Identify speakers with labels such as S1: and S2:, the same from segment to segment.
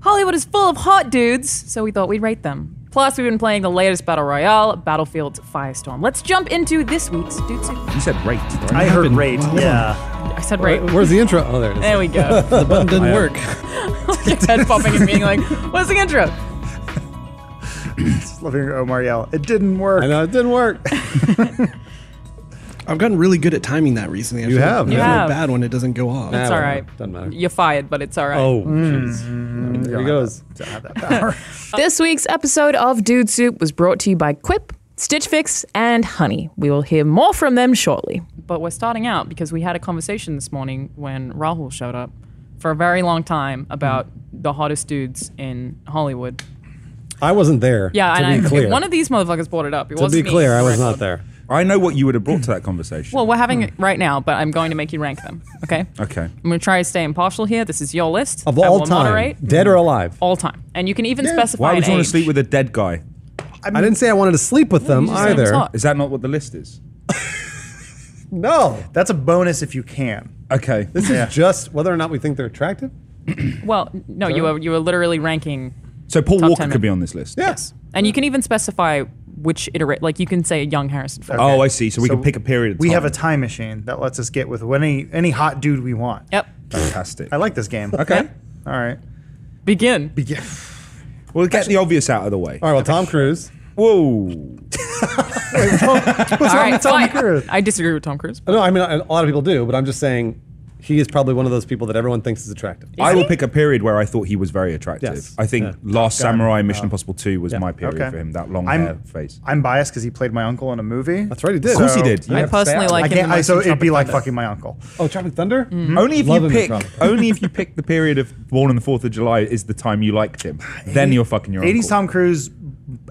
S1: Hollywood is full of hot dudes, so we thought we'd rate them. Plus, we've been playing the latest Battle Royale, Battlefield Firestorm. Let's jump into this week's Dude Soup.
S2: You said rate.
S3: I heard
S2: Happened.
S3: rate. Yeah.
S1: I said rate.
S4: Where's the intro? Oh, there it is.
S1: There we go.
S4: The button didn't work.
S1: Your head popping and being like, what's the intro?
S3: Just loving Omar yell. It didn't work.
S4: I know it didn't work.
S5: I've gotten really good at timing that recently. I
S4: You
S5: feel,
S4: have,
S5: I
S4: You
S5: feel
S1: have.
S5: bad when it doesn't go off.
S4: Nah,
S1: It's all
S4: whatever.
S1: right.
S4: Doesn't matter.
S1: You're fired, but it's all right.
S4: Oh, jeez. There he goes.
S3: Don't have that power.
S1: This week's episode of Dude Soup was brought to you by Quip, Stitch Fix, and Honey. We will hear more from them shortly. But we're starting out because we had a conversation this morning when Rahul showed up for a very long time about the hottest dudes in Hollywood.
S4: I wasn't there.
S1: Yeah,
S4: to
S1: and
S4: be
S1: I,
S4: clear.
S1: one of these motherfuckers brought it up. It
S4: to be
S1: wasn't me.
S4: clear, I was
S1: Right.
S4: not there.
S2: I know what you would have brought to that conversation.
S1: Well, we're having it right now, but I'm going to make you rank them. Okay.
S2: okay.
S1: I'm going to try to stay impartial here. This is your list.
S4: Of
S1: I
S4: all
S1: will
S4: time,
S1: moderate.
S4: dead or alive.
S1: all time, and you can even specify.
S2: Why would
S1: an
S2: you want
S1: age.
S2: to sleep with a dead guy?
S4: I didn't say I wanted to sleep with them
S1: you just said it was
S4: either.
S1: hot.
S2: Is that not what the list is?
S4: No,
S3: That's a bonus if you can.
S2: Okay.
S4: this
S3: Yeah.
S4: is just whether or not we think they're attractive.
S1: Well, no, you were you were literally ranking,
S2: So Paul
S1: Top
S2: Walker
S1: ten
S2: could be
S1: men.
S2: on this list.
S4: Yes.
S1: and you can even specify which iterate. Like you can say a young Harrison Ford.
S2: Oh, I see. So we can pick a period. Of
S3: We have a
S2: time.
S3: time machine that lets us get with any any hot dude we want.
S1: Yep.
S2: fantastic.
S3: I like this game.
S2: Okay.
S3: All right.
S1: Begin.
S3: Begin.
S2: Well, get the obvious out of the way.
S4: All right. Well, Tom Cruise.
S2: Whoa.
S1: What's
S3: wrong with Tom Cruise?
S1: I disagree with Tom Cruise.
S4: No, I mean a lot of people do, but I'm just saying he is probably one of those people that everyone thinks is attractive.
S2: I will pick a period where I thought he was very attractive.
S4: Yes.
S2: I think
S4: Yeah.
S2: Last Samurai, Mission Impossible 2 was my period
S3: Oh. Okay.
S2: for him. That long hair
S3: I'm
S2: face.
S3: I'm biased because he played my uncle in a movie.
S4: That's right, he did. Of
S2: course he did. You
S1: I
S4: have to say
S1: personally
S4: it.
S1: like Mm-hmm. him.
S3: I can't.
S1: the
S3: I,
S1: most
S3: so
S1: in
S3: it'd be
S1: Tropic
S3: like
S1: Thunder.
S3: fucking my uncle.
S4: Oh, Tropic Thunder.
S2: Only if you
S4: Love him in
S2: pick,
S4: Trump.
S2: only if you pick the period of Born on the Fourth of July is the time you liked him.
S3: Ah,
S2: Then you're fucking your
S3: 80s
S2: uncle.
S3: Tom Cruise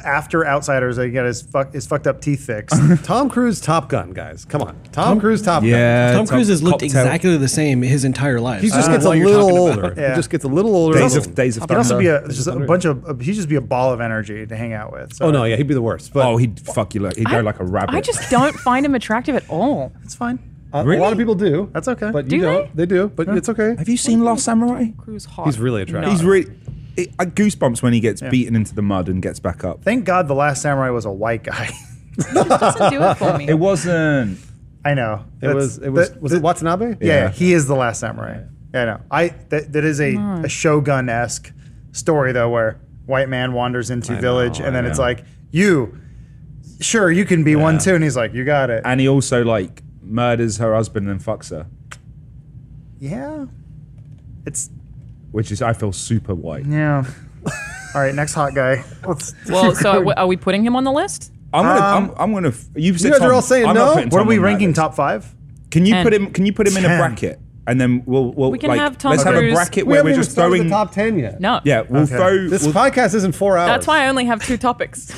S3: after Outsiders, I got his fuck his fucked up teeth fixed.
S4: Tom Cruise, Top Gun, guys. Come on, Tom, Cruise, Top Gun.
S2: Yeah,
S5: Tom Cruise has looked
S2: cocktail-
S5: exactly the same his entire life.
S4: He
S5: I
S4: just
S5: don't
S4: gets a
S5: know what you're
S4: little
S5: talking about.
S4: older.
S3: Yeah.
S4: He just gets a little older. Oh.
S2: Days of Days of
S3: He'd
S2: Thunder.
S3: also be a just a bunch of uh, he'd just be a ball of energy to hang out with. So
S4: oh no, yeah, he'd be the worst. But
S2: oh, he'd fuck you. Like, he'd go like a rabbit.
S1: I just don't find him attractive at all.
S3: it's fine.
S4: a-
S2: Really?
S4: a lot of people do.
S3: That's okay.
S4: But
S1: Do
S4: you don't. They, do. But it's okay.
S2: Have you seen Last Samurai?
S1: Cruise hot.
S4: He's really attractive.
S2: He's really. It, I goosebumps when he gets beaten into the mud and gets back up.
S3: Thank God the last samurai was a white guy.
S1: doesn't do it for me.
S2: It wasn't.
S3: I know.
S4: It
S3: That's-
S4: was. It was.
S3: that-
S4: was it Watanabe?
S3: yeah,
S2: Yeah.
S3: he is the last samurai. Yeah, I know. I that, that is a, a shogun esque story though, where white man wanders into village and then it's like you. Sure, you can be one too, and he's like, "You got it."
S2: And he also like murders her husband and fucks her,
S3: yeah, it's
S2: which is I feel super white.
S3: yeah. All right, next hot guy. Let's
S1: well, so are we, are we putting him on the list?
S2: I'm gonna. I'm, I'm gonna. f- You've said
S4: guys are
S2: Tom-
S4: all saying
S2: I'm not
S4: no?
S2: putting
S3: What are
S2: Tom
S3: we
S2: on that
S3: ranking
S2: list.
S3: top five?
S2: Can you
S1: Ten.
S2: put him? Can you put him in a
S3: Ten.
S2: bracket? And then we'll we'll
S1: We can
S2: like,
S1: have Tom
S2: let's have a
S1: Cruise.
S2: bracket
S4: We
S2: where
S4: haven't
S2: we're
S4: even
S2: just
S4: started
S2: throwing
S4: the top ten yet.
S1: No.
S2: Yeah, we'll
S3: Okay.
S2: throw.
S4: This
S2: we'll-
S4: podcast isn't four hours.
S1: That's why I only have two topics.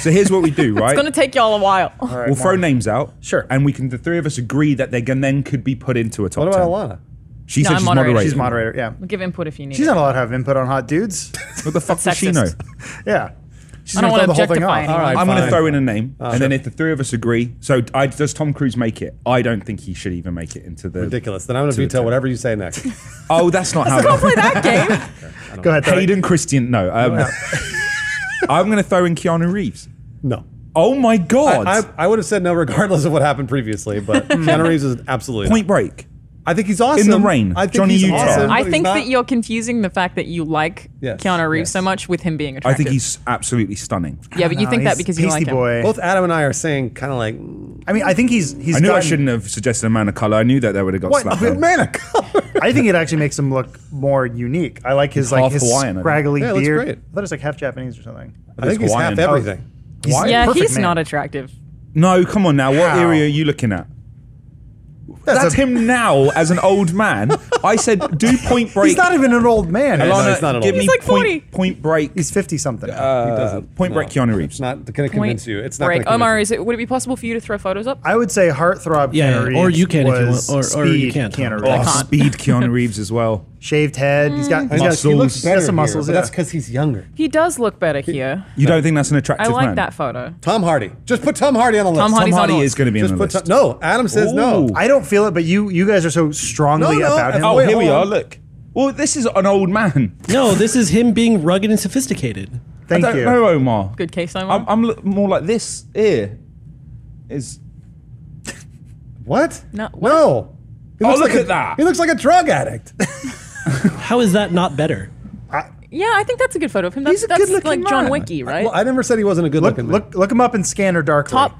S2: so here's what we do, right?
S1: It's going to take y'all a while.
S2: we'll throw names out.
S3: Sure.
S2: And we can the three of us agree that they can then could be put into a top
S4: What
S2: 10.
S4: about Alana?
S2: She
S1: No,
S2: said
S1: I'm moderating.
S2: she's moderating.
S3: She's moderator. Yeah,
S1: Give input if you need.
S3: she's
S1: it.
S3: not allowed to have input on hot dudes.
S2: What the fuck does she
S1: sexist.
S2: know?
S3: yeah, she's
S1: I don't wanna
S3: gonna throw the whole thing
S1: objectify
S3: off.
S1: anyone.
S4: All right,
S2: I'm going to
S4: fine.
S2: throw in a name,
S3: Ah.
S2: and then if the three of us agree, so I, does Tom Cruise make it? I don't think he should even make it into the
S4: Ridiculous. Then I'm going to
S2: the
S4: veto
S2: ten.
S4: whatever you say next.
S2: Oh, that's not how.
S1: Play that game.
S3: Go ahead. Tyler.
S2: Hayden Christian. No, um, I'm going to throw in Keanu Reeves.
S4: No.
S2: Oh my god!
S4: I, I would have said no regardless of what happened previously, but Keanu Reeves is absolutely.
S2: Point Break.
S4: I think he's awesome.
S2: the Rain,
S4: I think
S2: Johnny
S4: he's
S2: Utah.
S4: awesome,
S1: I
S4: but he's
S1: think
S4: not-
S1: that you're confusing the fact that you like
S4: Yes,
S1: Keanu Reeves
S4: yes.
S1: so much with him being
S2: I
S1: attractive.
S2: think he's absolutely stunning.
S1: Yeah, but you
S3: No,
S1: think that
S3: he's
S1: because you
S3: Beastie
S1: like him.
S3: boy.
S4: Both Adam and I are saying kind of like. mm,
S3: I mean, I think he's he's.
S2: I knew I
S3: gotten-
S2: shouldn't have suggested a man of color. I knew that they would have got
S3: What?
S2: slapped.
S3: But
S2: down.
S4: Man, of color.
S3: I think it actually makes him look more unique. I like his
S2: He's
S3: like
S2: half
S3: his
S2: Hawaiian, I think.
S3: scraggly
S4: Yeah, it looks
S3: beard.
S4: great.
S3: I thought it's like half Japanese or something.
S4: I think
S2: It's
S4: he's half
S2: Hawaiian.
S4: everything.
S3: He's
S1: Yeah,
S3: perfect
S1: he's
S3: man.
S1: not attractive.
S2: No, come on now. What
S3: How?
S2: area are you looking at? That's,
S3: That's a-
S2: him now as an old man. I said, do Point Break.
S3: He's not even an old man.
S2: Alana,
S4: No, he's not an
S2: give
S4: old
S2: me
S1: man. He's like 40.
S2: Point, point Break.
S3: He's fifty something.
S4: He
S2: Uh,
S4: doesn't.
S2: point
S4: No.
S2: Break Keanu Reeves.
S4: It's not going
S1: Point
S4: to convince you. It's not
S1: break.
S4: gonna
S1: Omar,
S4: convince
S1: is it, would it be possible for you to throw photos up?
S3: I would say heartthrob.
S5: Yeah,
S3: Keanu
S5: or
S3: Reeves
S5: you can if you
S3: was
S5: want, or- or you
S3: speed
S5: can't.
S3: Keanu
S2: oh,
S3: Reeves.
S1: can't.
S2: speed Keanu Reeves as well.
S3: Shaved head. He's got he's got-
S4: you.
S2: Muscles.
S4: He looks better
S3: got some muscles.
S4: Here, but
S3: yeah.
S4: That's because he's younger.
S1: He does look better here.
S2: You don't think that's an
S1: I
S2: attractive
S1: like
S2: man?
S1: that photo.
S4: Tom Hardy. Just put Tom Hardy on the list.
S1: Tom Hardy's
S2: Tom
S1: on
S2: Hardy
S1: the
S2: is going to be
S4: Just
S2: on the
S4: put
S2: list.
S4: Tom, no. Adam says
S2: Ooh.
S4: no.
S3: I don't feel it, but you you guys are so strongly
S4: No, no,
S3: about him.
S2: oh,
S4: Wait,
S2: here we
S4: hold
S2: are.
S4: on.
S2: Look. Well, this is an old man.
S5: No, this is him being rugged and sophisticated.
S3: Thank
S2: I don't
S3: you.
S2: know, Omar.
S1: Good case, Omar.
S2: I'm, I'm l- more like this here. Is
S4: What?
S1: No, what?
S4: No. He
S2: Oh,
S4: looks
S2: look
S4: like a-
S2: at that.
S4: He looks like a drug addict.
S5: How is that not better?
S1: yeah, I think that's a good photo of him. That's,
S4: He's a
S1: that's
S4: good-looking
S1: like John
S4: man.
S1: Wiki, right?
S4: Well, I never said he wasn't a good
S3: look,
S4: looking man.
S3: look, look him up in Scanner Darkly.
S1: Top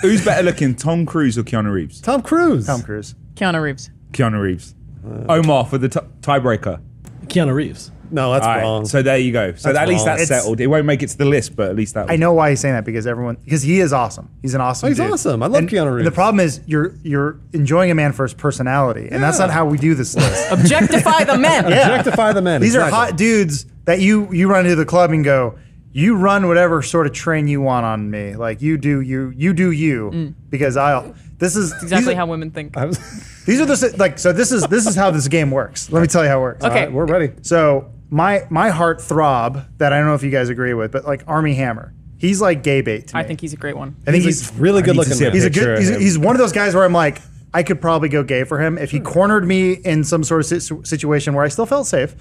S2: who's better looking, Tom Cruise or Keanu Reeves?
S4: Tom Cruise.
S3: Tom Cruise.
S1: Keanu Reeves.
S2: Keanu Reeves.
S4: Uh,
S2: Omar for the t- tiebreaker.
S5: Keanu Reeves.
S4: No, that's
S2: All right,
S4: wrong.
S2: So there you go. So
S4: That's
S2: at least
S4: wrong.
S2: that's
S3: It's-
S2: settled. It won't make it to the list, but at least that.
S3: I know why he's saying that because everyone because he is awesome. He's an awesome.
S4: Oh, he's
S3: dude.
S4: awesome. I love
S3: and,
S4: Keanu
S3: and The
S4: Reeves.
S3: problem is you're you're enjoying a man for his personality, and that's
S4: Yeah.
S3: not how we do this list.
S1: Objectify the men.
S4: Objectify the men.
S3: These are
S4: exactly.
S3: hot dudes that you you run into the club and go, you run whatever sort of train you want on me. Like you do you you do you because I'll. This is
S1: Mm. Exactly
S3: these are,
S1: how women think.
S4: I was-
S3: these are the s- like so this is this is how this game works. Let me tell you how it works.
S1: Okay.
S4: All right, we're ready.
S3: So my my heart throb that I don't know if you guys agree with, but like Army Hammer, he's like gay bait to
S1: I
S3: me.
S1: think he's a great one.
S3: I think
S4: He's, a really
S2: I
S4: good
S2: need to
S4: looking.
S2: see a
S4: man.
S3: he's a
S2: picture
S3: good
S2: of
S3: he's,
S2: him.
S3: he's one of those guys where I'm like I could probably go gay for him if he cornered me in some sort of situ- situation where I still felt safe,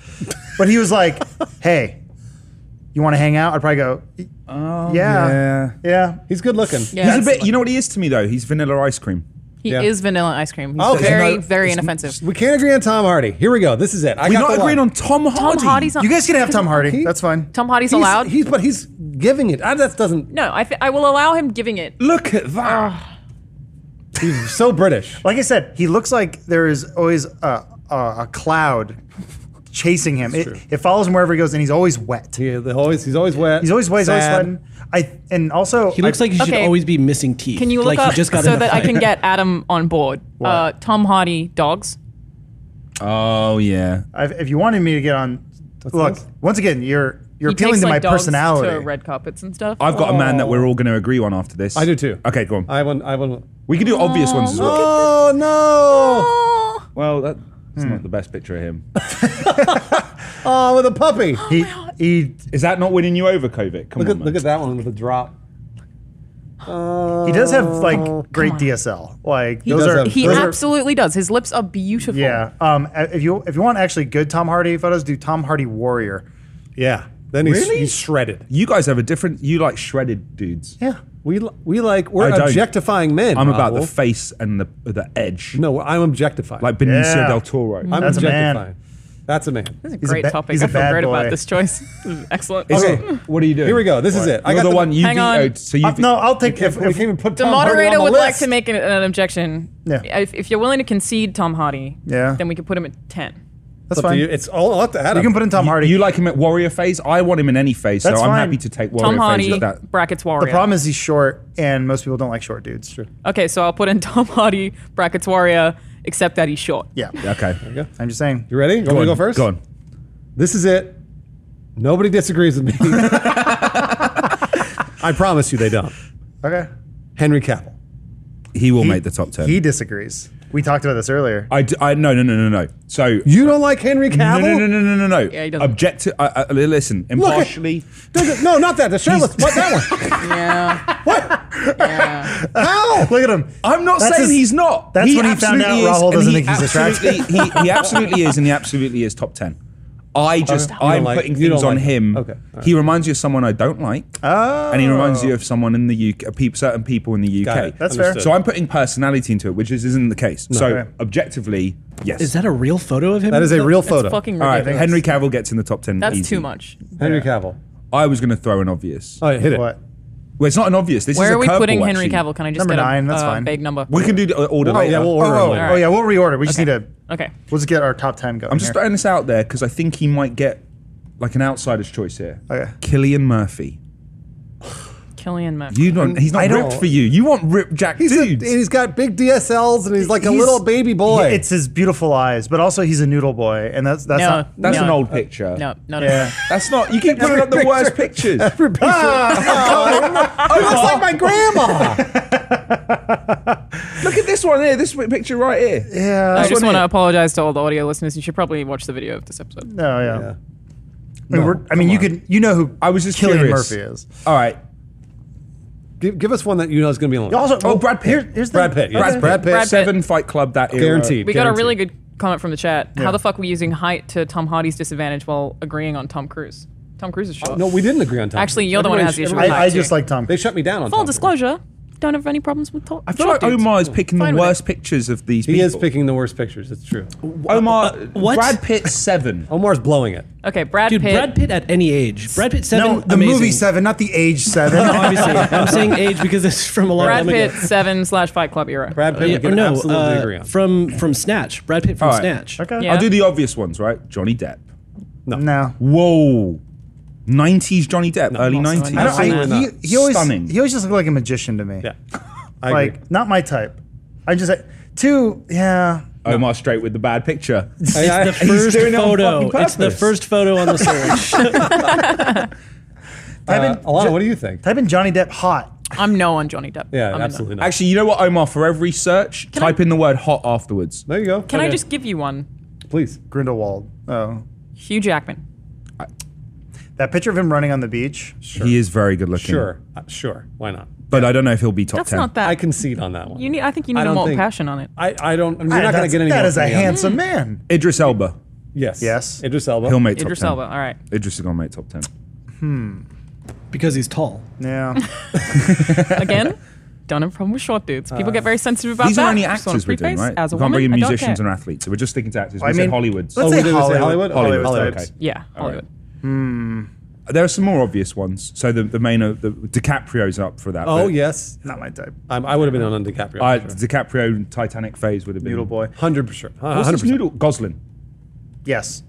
S3: but he was like, "Hey, you want to hang out?" I'd probably go,
S2: Oh,
S3: "Yeah, yeah."
S4: He's good looking.
S1: Yeah,
S2: He's a bit. You know what he is to me though. He's vanilla ice cream.
S1: He
S4: Yeah.
S1: is vanilla ice cream. He's
S4: Okay.
S1: very,
S4: It's not-
S1: very
S4: it's-
S1: inoffensive.
S4: We can't agree on Tom Hardy. Here we go. This is it. I
S2: We're
S4: got
S2: not
S4: the
S2: agreeing on
S4: line.
S2: Tom Hardy.
S1: Tom Hardy's not.
S3: You guys can have Tom Hardy. That's fine.
S1: Tom Hardy's
S4: He's-
S1: allowed.
S4: He's but he's giving it. Ah, that doesn't.
S1: no, I, th- I will allow him giving it.
S2: Look at that.
S4: He's so British.
S3: Like I said, he looks like there is always a, a, a cloud chasing him. It, it follows him wherever he goes, and he's always wet.
S4: He, the- always he's always wet.
S3: He's always wet. He's always
S4: sad.
S3: sweating. I and also
S5: He looks
S3: I-
S5: like he should
S1: okay.
S5: always be missing teeth.
S1: Can you look
S5: like
S1: up
S5: he just got
S1: so
S5: in a
S1: that I
S5: fight.
S1: can get Adam on board? Uh, Tom Hardy dogs.
S2: Oh yeah.
S3: I've, if you wanted me to get on, look
S4: this?
S3: once again, you're you're
S1: He
S3: appealing
S1: takes,
S3: to
S1: like,
S3: my
S1: dogs
S3: personality.
S1: To red carpets and stuff.
S2: I've got a man that we're all going to agree on after this.
S4: Oh. I do too.
S2: Okay, go on.
S4: I won. I won.
S2: we can do obvious ones as well.
S4: Oh no!
S1: Oh,
S2: Well, that's not the best picture of him.
S4: Oh, with a puppy.
S3: he, he
S2: Is that not winning you over, Kovic? Come
S4: Look
S2: on,
S4: at
S2: man.
S4: look at that one with a drop.
S3: he does have like great DSL. Like those
S4: does
S3: are
S4: have-
S1: he
S4: Those are-
S1: absolutely does. His lips are beautiful.
S3: yeah. Um, if you if you want actually good Tom Hardy photos, do Tom Hardy Warrior.
S4: Yeah. Then he's,
S2: Really?
S4: he's shredded.
S2: You guys have a different. You like shredded dudes.
S3: Yeah.
S4: We li- we like we're
S2: I don't.
S4: objectifying men.
S2: I'm about the
S4: Raoul.
S2: face and the the edge.
S4: no, I'm objectifying.
S2: Like Benicio
S3: Yeah.
S2: del Toro.
S4: I'm
S3: That's a man.
S4: objectifying. That's a man.
S1: This is a
S3: He's a
S1: great
S3: ba-
S1: topic.
S3: he's
S1: I
S3: a
S1: feel
S3: bad
S1: great about
S3: boy.
S1: this choice. This is excellent.
S2: Is
S4: Okay.
S2: it- what are you doing?
S4: Here we go. This is it. I
S2: You're the,
S4: got the-
S2: one you
S1: Hang on.
S2: vetoed, so you
S3: Uh, no, I'll take if,
S4: If,
S3: if,
S4: we can put
S1: The
S4: Tom Hardy
S1: moderator
S4: on the
S1: would like
S4: list.
S1: to make an, an objection.
S3: Yeah.
S1: If, if you're willing to concede Tom Hardy,
S3: Yeah.
S1: then we could put him at ten.
S4: It's
S3: that's
S4: up to
S3: fine.
S4: you.
S3: You
S4: It's all up to Adam.
S3: can put in Tom Hardy.
S2: You like him at warrior phase? I want him in any phase,
S3: That's
S2: so I'm
S3: fine.
S2: happy to take warrior
S1: Tom
S2: phase
S1: Hardy
S2: with that.
S1: brackets warrior.
S3: the problem is he's short, and most people don't like short dudes. True.
S1: Okay, so I'll put in Tom Hardy brackets warrior, except that he's short.
S3: Yeah.
S2: Okay.
S3: I'm just saying.
S4: You ready? You want me to go
S2: on,
S4: first?
S2: Go on.
S4: This is it. Nobody disagrees with me. I promise you they don't.
S3: Okay.
S4: Henry Cavill.
S2: He will make the top ten.
S3: He disagrees. We talked about this earlier.
S2: I, d- I no no no no no. So
S4: You don't like Henry
S2: no
S4: Cavill?
S2: no no no no no no.
S1: Yeah, he doesn't.
S2: Objective. I, I, listen,
S4: at-
S2: impartially.
S4: Does it- no, not that. The shirtless. What that one?
S1: Yeah.
S4: How?
S3: Look at him.
S2: I'm not
S3: That's
S2: saying
S3: his-
S2: he's not.
S3: that's when he found out
S2: absolutely is,
S3: Rahul
S2: and
S3: doesn't
S2: he
S3: think he's attractive.
S2: absolutely- He, he absolutely is, and he absolutely is top ten. I just
S4: You don't
S2: I'm
S4: like-
S2: putting
S4: you don't
S2: things on
S4: like him.
S2: him.
S4: Okay, all
S2: He reminds you of someone I don't like,
S3: Oh.
S2: and he reminds you of someone in the UK, peop, certain people in the
S4: Got
S2: UK.
S4: it.
S3: That's fair.
S4: Understood.
S2: So I'm putting personality into it, which is, isn't the case. So
S3: Okay.
S2: objectively, yes.
S5: Is that a real photo of him?
S4: That is a real
S1: That's
S4: photo.
S1: fucking
S2: all
S1: ridiculous.
S2: right? Henry Cavill gets in the top ten.
S1: That's
S2: easy.
S1: too much.
S4: Henry Cavill.
S2: I was going to throw an obvious.
S4: All right, hit it.
S3: What?
S2: Well, it's not an obvious. This is
S1: Where
S2: a
S1: are we
S2: curveball,
S1: putting Henry
S2: actually.
S1: Cavill? Can I just
S3: Number
S1: get a
S3: nine, that's
S1: uh,
S3: fine.
S1: vague number?
S2: We can do the order later.
S4: yeah, we'll
S3: Oh,
S4: order
S3: oh,
S4: him
S3: oh,
S4: later.
S3: yeah, we'll reorder. We just need to
S1: okay.
S3: Let's get our top ten going.
S2: I'm just
S3: here.
S2: throwing this out there because I think he might get like an outsider's choice here.
S4: Oh,
S3: Okay.
S2: Killian Murphy.
S1: Killian Murphy.
S2: You don't. He's
S4: I
S2: not
S4: don't-
S2: ripped for you. You want ripped Jack
S4: He's a, and
S2: dudes.
S4: he's got big DSLs and he's like a
S3: He's-
S4: little baby boy.
S3: Yeah, it's his beautiful eyes, but also he's a noodle boy, and that's that's
S1: No.
S3: not.
S2: That's
S1: No.
S2: an old picture.
S1: No, no, no.
S3: Yeah.
S2: That's not. You keep putting up the worst pictures.
S4: he looks like my grandma.
S2: Look at this one here. This picture right here.
S3: yeah.
S1: I
S3: that's
S1: just
S3: what
S1: want
S3: it-
S1: to apologize to all the audio listeners. You should probably watch the video of this episode.
S3: No, yeah.
S4: Yeah.
S3: I mean, we're, I mean you could you know who
S2: I was just
S3: Cillian
S2: curious.
S3: Murphy is.
S2: All right.
S4: Give, give us one that you know is going to be on. the list.
S3: Also,
S2: Oh, Brad Pitt.
S3: Here, here's the,
S4: Brad Pitt. yes.
S2: Brad, Pitt.
S1: Brad Pitt.
S2: Seven Fight Club. That era.
S4: Guaranteed.
S1: We got a really good comment from the chat.
S3: Yeah.
S1: How the fuck were we using height to Tom Hardy's disadvantage while agreeing on Tom Cruise? Tom Cruise is short.
S4: No, we didn't agree on time.
S1: Actually, you're the one who has the issue with
S3: I,
S1: height.
S3: I just like Tom.
S4: They
S3: Cruise.
S4: shut me down on
S1: Full
S4: Tom Cruise.
S1: disclosure, don't have any problems with Tom.
S2: I feel like Omar is picking the
S1: Fine with
S2: worst pictures of these
S4: He
S2: people.
S4: is picking the worst pictures. It's true.
S2: Omar,
S5: what?
S2: Brad Pitt, seven.
S4: Omar's blowing it.
S1: Okay, Brad
S5: Dude,
S1: Pitt.
S5: Brad Pitt at any age. Brad Pitt seven.
S3: No, the
S5: amazing.
S3: movie Seven, not the age
S5: No,
S3: Seven.
S5: obviously, I'm saying age because it's from a long
S1: Brad
S5: time
S1: Pitt
S5: ago.
S1: seven slash Fight Club era.
S4: Brad Pitt,
S5: Yeah,
S4: we can
S5: no,
S4: absolutely
S5: uh,
S4: agree on.
S5: from from Snatch. Brad Pitt from
S2: All right.
S5: Snatch.
S3: okay.
S1: Yeah.
S2: I'll do the obvious ones, right? Johnny Depp.
S3: No.
S2: Whoa. 90s Johnny Depp, early
S1: not so
S2: 90s.
S1: I
S3: I don't,
S1: Absolutely
S3: I, he,
S4: not.
S3: he always
S2: Stunning.
S3: he always just looked like a magician to me.
S4: yeah. I
S3: like
S4: agree.
S3: not my type. I just two. Yeah,
S2: Omar straight with the bad picture.
S4: I- I-
S5: It's the
S4: he's
S5: first
S4: doing it on
S5: photo.
S4: fucking
S5: It's the
S4: purpose.
S5: first photo on the search.
S4: Uh,
S3: Type in
S4: Alana, what do you think?
S3: type in Johnny Depp hot.
S1: I'm no on Johnny Depp.
S4: Yeah,
S1: I'm a no.
S4: absolutely not.
S2: Actually, you know what, Omar? For every search,
S1: Can
S2: type
S1: I-
S2: in the word hot afterwards.
S4: there you go.
S1: Can I
S5: Okay.
S1: just give you one?
S4: Please.
S3: Grindelwald. Oh,
S1: Hugh Jackman.
S3: that picture of him running on the beach.
S2: He is very good looking.
S4: Sure. Uh, sure. Why not?
S2: But I don't know if he'll be top
S1: That's
S2: 10.
S1: not that.
S4: I concede on that one.
S1: you need. I think you
S4: I
S1: need a
S4: don't
S1: more
S4: think-
S1: passion on it.
S4: I, I don't. I mean, you're not going to
S3: That's-
S4: get any.
S3: That
S4: more
S3: is
S4: from
S3: a
S4: me on that.
S3: handsome man.
S2: Idris Elba.
S4: Yes.
S3: Yes.
S4: Idris Elba.
S2: He'll make top
S1: Idris
S2: 10.
S1: Elba. All right.
S2: Idris is going to make top 10.
S5: because he's tall.
S3: Yeah,
S1: Again, don't have a problem with short dudes. People get very sensitive about
S2: Uh, These
S1: that.
S2: are only
S1: Just wanna
S2: actors we're doing,
S1: preface,
S2: right?
S1: As a
S2: we can't
S1: woman,
S2: bring in
S1: I don't
S2: musicians
S1: care.
S2: and athletes. So we're just sticking to actors. We
S3: I
S2: said
S3: mean,
S2: Hollywoods.
S3: let's
S4: Oh,
S3: say
S4: we did say
S3: Hollywood.
S4: Hollywood?
S3: Hollywood,
S4: Hollywood,
S3: types.
S4: okay.
S1: Yeah, Hollywood.
S2: There are some more obvious ones. So the, the main, uh, the DiCaprio's up for that.
S4: Oh
S2: but
S4: yes.
S3: Not my type.
S4: Um, I would have been on DiCaprio.
S2: I,
S4: for sure.
S2: DiCaprio Titanic phase would have been.
S3: Noodle boy.
S4: Hundred percent.
S2: What's
S4: Hundred
S2: his
S4: percent.
S2: noodle? Gosling.
S3: Yes.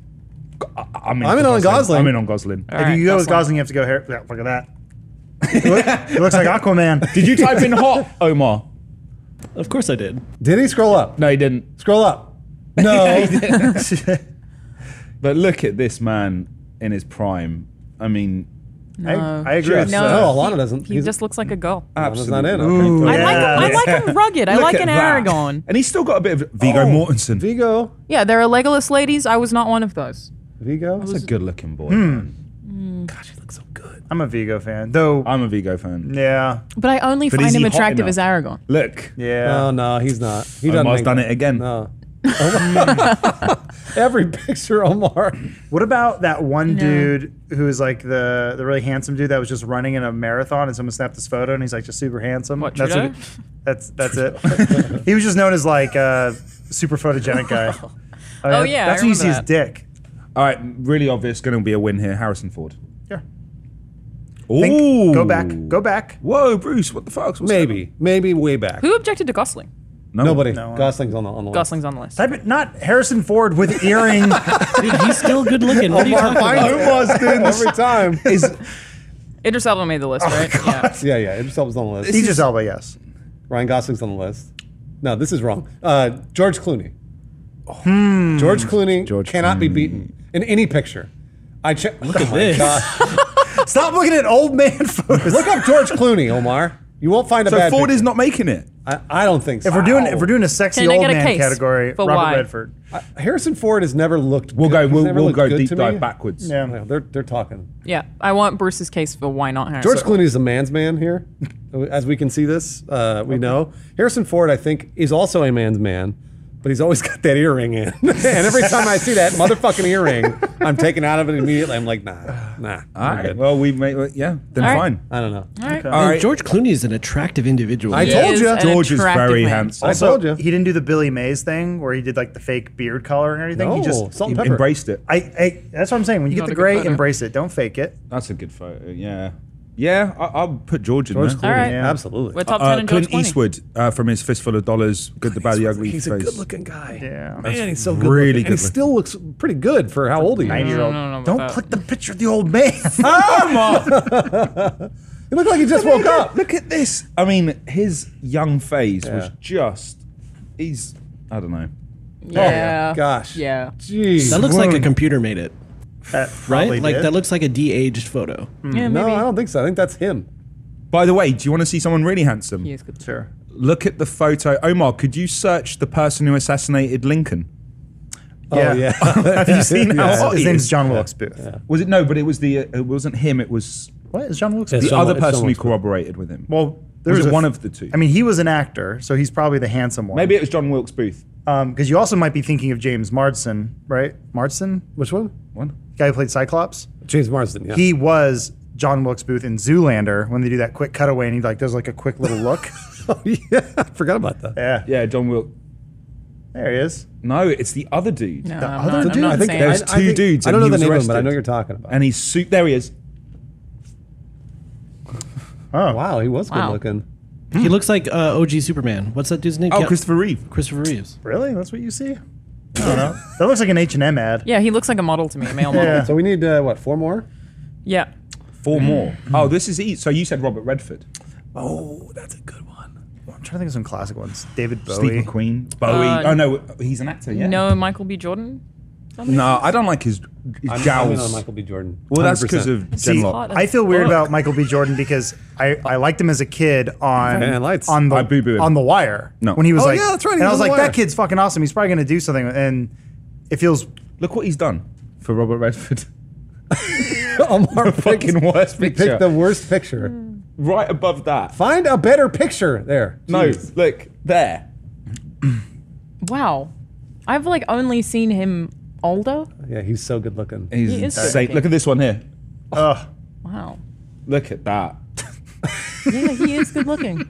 S2: I'm in,
S4: I'm
S2: for
S4: in on Gosling.
S2: I'm in on Gosling.
S1: All
S3: if
S1: right,
S3: you go
S1: that's
S3: with
S1: one.
S3: Gosling, you have to go here. Yeah, look at that. He look- he looks like Aquaman.
S2: Did you type in hot Omar?
S5: Of course I did.
S4: Did he scroll up?
S2: No, he didn't.
S4: Scroll up. No.
S2: But look at this man in his prime. I mean,
S1: No.
S3: I, I agree. with
S4: No.
S3: that.
S2: oh,
S4: No, Alana doesn't.
S1: He
S4: He's-
S1: just looks like a girl.
S4: Alana's not in. Okay.
S3: Ooh.
S1: I like.
S3: Yeah.
S1: Him, I like him rugged. I
S2: Uh, Look
S1: like
S2: at
S1: an
S2: that.
S1: Aragon.
S2: And he's still got a bit of Vigo
S4: Oh,
S2: Mortensen.
S4: Vigo.
S1: Yeah, there are legolas ladies. I was not one of those.
S4: Vigo.
S2: That's a good looking boy.
S4: Hmm.
S2: man.
S5: Gosh, he looks so good.
S3: I'm a Vigo fan, though.
S2: I'm a Vigo fan.
S3: yeah,
S1: But I only
S2: But is
S1: find him
S2: he hot
S1: attractive
S2: enough?
S1: as Aragon.
S2: Look.
S3: yeah.
S4: No, no, he's not. He doesn't.
S2: Omar's
S4: make
S2: done
S4: that.
S2: it again.
S4: No. Hmm. Every picture, Omar.
S3: What about that one
S1: No.
S3: dude who was like the the really handsome dude that was just running in a marathon and someone snapped his photo and he's like just super handsome?
S1: What,
S3: that's
S1: Trudeau?
S3: that's that's it. he was just known as like uh, super photogenic guy. I mean,
S1: Oh, yeah,
S3: that's
S1: I
S3: who you see his
S1: remember
S3: dick.
S2: All right, really obvious. Going to be a win here. Harrison Ford.
S3: Yeah.
S2: Ooh.
S3: Think, go back, go back.
S2: Whoa, Bruce, what the fuck? What's
S4: Maybe, maybe way back.
S1: Who objected to Gosling?
S2: No.
S4: Nobody.
S3: No.
S4: Gosling's on the on the list.
S1: Gosling's on the list.
S3: Type it, not Harrison Ford with earring.
S5: Dude, he's still good looking. What are you
S4: Omar
S5: talking
S4: finds
S5: about?
S4: Omar's doing this every time.
S2: Is,
S1: Idris Elba made the list,
S2: Oh,
S1: right? Yeah.
S4: yeah, yeah. Idris Elba's on the list.
S3: Idris Elba, yes.
S4: Ryan Gosling's on the list. No, this is wrong. Uh, George Clooney.
S3: Hmm.
S4: George Clooney
S2: George
S4: cannot be beaten in any picture. I Oh check. Look
S5: at this.
S3: Stop looking at old man photos.
S4: Look up George Clooney, Omar. You won't find a
S2: so
S4: bad.
S2: Ford
S4: picture.
S2: is not making it.
S4: I, I don't think so.
S3: if we're doing if
S4: Wow.
S3: we're doing a sexy
S1: Can I
S3: old
S1: get a
S3: man
S1: case
S3: category,
S1: for
S3: Robert
S1: why?
S3: Redford.
S4: I- Harrison Ford has never looked.
S2: We'll
S4: good.
S2: go.
S4: He's
S2: We'll,
S4: never
S2: we'll
S4: looked
S2: go
S4: good
S2: deep
S4: to me.
S2: dive backwards.
S3: Yeah.
S4: Yeah, they're they're talking.
S1: yeah. I want Bruce's case for why not Harrison.
S4: George Clooney is a man's man here, as we can see this. Uh, we know Harrison Ford, I think, is also a man's man, but he's always got that earring in. and every time I see that motherfucking earring, I'm taken out of it immediately. I'm like, nah, nah.
S2: All right. Well, we may. well, Yeah. Then
S1: All right. Uh,
S2: fine.
S4: I don't know.
S1: All right.
S2: All
S5: And
S2: right.
S5: George Clooney is an attractive individual.
S4: I
S1: He
S4: told
S1: is
S4: you.
S1: an
S2: George is
S1: attractive
S2: very
S1: man.
S2: handsome.
S4: Also- told you.
S3: He didn't do the Billy Mays thing where he did like the fake beard color and everything. He
S4: No.
S3: just
S4: Salt
S2: He
S4: and pepper.
S2: embraced it.
S3: I, I that's what I'm saying. When you
S1: Not
S3: get
S1: a
S3: the
S1: good
S3: gray,
S1: photo.
S3: embrace it. Don't fake it.
S2: That's a good photo. Yeah. Yeah. I, I'll put George in
S4: George
S2: there.
S4: Clooney,
S1: All right.
S3: Yeah.
S4: absolutely.
S1: We're top
S2: Uh,
S1: 10 and George
S2: Clint
S1: Clooney.
S2: Eastwood uh, from his fistful of dollars, good, the bad, the ugly
S5: He's a
S2: face.
S5: good-looking guy.
S3: Yeah.
S5: man, he's so good.
S2: really
S5: looking.
S2: good
S4: and he still looks pretty good for how old he
S1: No,
S4: is.
S1: no, no, no, no,
S3: Don't
S1: about
S3: click the picture of the old man.
S4: He looked like he just woke up.
S2: Look at this. I mean, his young face was
S4: Yeah.
S2: just—he's. I don't know.
S1: that.
S2: Oh,
S1: Yeah.
S4: Gosh.
S1: Yeah.
S4: Jeez.
S5: That looks like a computer made it,
S2: Uh,
S3: That
S5: right?
S3: probably
S5: Like
S3: did.
S5: that looks like a de-aged photo.
S2: Hmm.
S1: Yeah,
S4: no,
S1: maybe.
S4: I don't think so. I think that's him.
S2: By the way, do you want to see someone really handsome?
S1: He is good.
S3: sure.
S2: Look at the photo. Omar, could you search the person who assassinated Lincoln?
S4: Oh yeah.
S2: Have you seen how hot
S3: His
S2: he
S3: name's
S2: is?
S3: John Wilkes Booth.
S2: Was it no? But it was the. It wasn't him. It was
S3: What is John Wilkes
S5: Yes.
S2: the
S3: Booth?
S5: Someone-
S2: other person who
S4: someone's-
S2: corroborated with him.
S3: Well, There
S2: was it
S3: a-
S2: one of the two?
S3: I mean, he was an actor, so he's probably the handsome one.
S2: Maybe it was John Wilkes Booth.
S3: because you also might be thinking of James Marsden, right? Marsden,
S4: Which one?
S2: One.
S3: guy who played Cyclops.
S4: James Marsden. Yeah.
S3: He was John Wilkes Booth in Zoolander when they do that quick cutaway and he like does like a quick little look.
S4: Oh, yeah. I forgot about that.
S3: yeah.
S2: Yeah, John Wilkes.
S3: there he is.
S2: No, it's the other dude.
S1: No,
S3: The
S1: I'm
S3: other
S1: not, I'm
S3: dude,
S1: not
S3: I think
S1: saying-
S2: there's two
S4: think-
S2: dudes
S4: I
S2: and
S4: don't know
S2: he
S4: the
S2: was
S4: name of them, but I
S2: arrested.
S4: know you're talking about.
S2: And he's suit. There he is.
S3: Oh
S4: wow, he was
S1: Wow.
S4: good looking.
S5: He looks like uh, OG Superman. What's that dude's name?
S2: Mm-hmm. Oh,
S5: Ca-
S2: Christopher Reeve.
S5: Christopher Reeves.
S3: really? That's what you see? I don't know. that looks like an H and M ad.
S1: Yeah, he looks like a model to me, a male model.
S3: Yeah.
S1: Yeah.
S4: So we need uh, what four more?
S2: Four more. Oh, this is e So you said Robert Redford,
S4: Oh, that's a good one.
S3: I'm trying to think of some classic ones. David
S2: Steve
S3: Bowie.
S2: McQueen, Bowie.
S1: Uh,
S2: oh no, he's an actor. Yeah.
S1: No, Michael B. Jordan.
S2: No, I don't like his his
S4: I'm, I'm in on
S2: jowls.
S4: Michael B. Jordan.
S2: well, that's
S4: 100%.
S2: because of
S3: See,
S2: Genlock.
S1: hot.
S3: I feel weird about Michael B. Jordan because I, I liked him as a kid on
S4: Man, lights.
S3: on the
S2: I boo-boo him.
S3: on the Wire.
S2: No.
S3: when he was
S4: Oh,
S3: like,
S4: yeah, that's right, he
S3: And I was
S4: was on
S3: like,
S4: The Wire.
S3: that kid's fucking awesome. He's probably gonna do something. And it feels
S2: Look what he's done for Robert Redford.
S4: Omar
S2: Fucking
S4: picked-
S2: worst
S4: Picked
S2: picture.
S4: the worst picture.
S1: Hmm.
S2: right above that.
S4: Find a better picture there.
S2: No, look there.
S1: Wow. I've like only seen him older.
S4: Yeah, he's so good looking.
S2: He's
S1: He is good
S2: insane.
S1: looking.
S2: Look at this one here.
S3: ugh.
S1: Wow.
S2: Look at that.
S1: Yeah, he is good looking.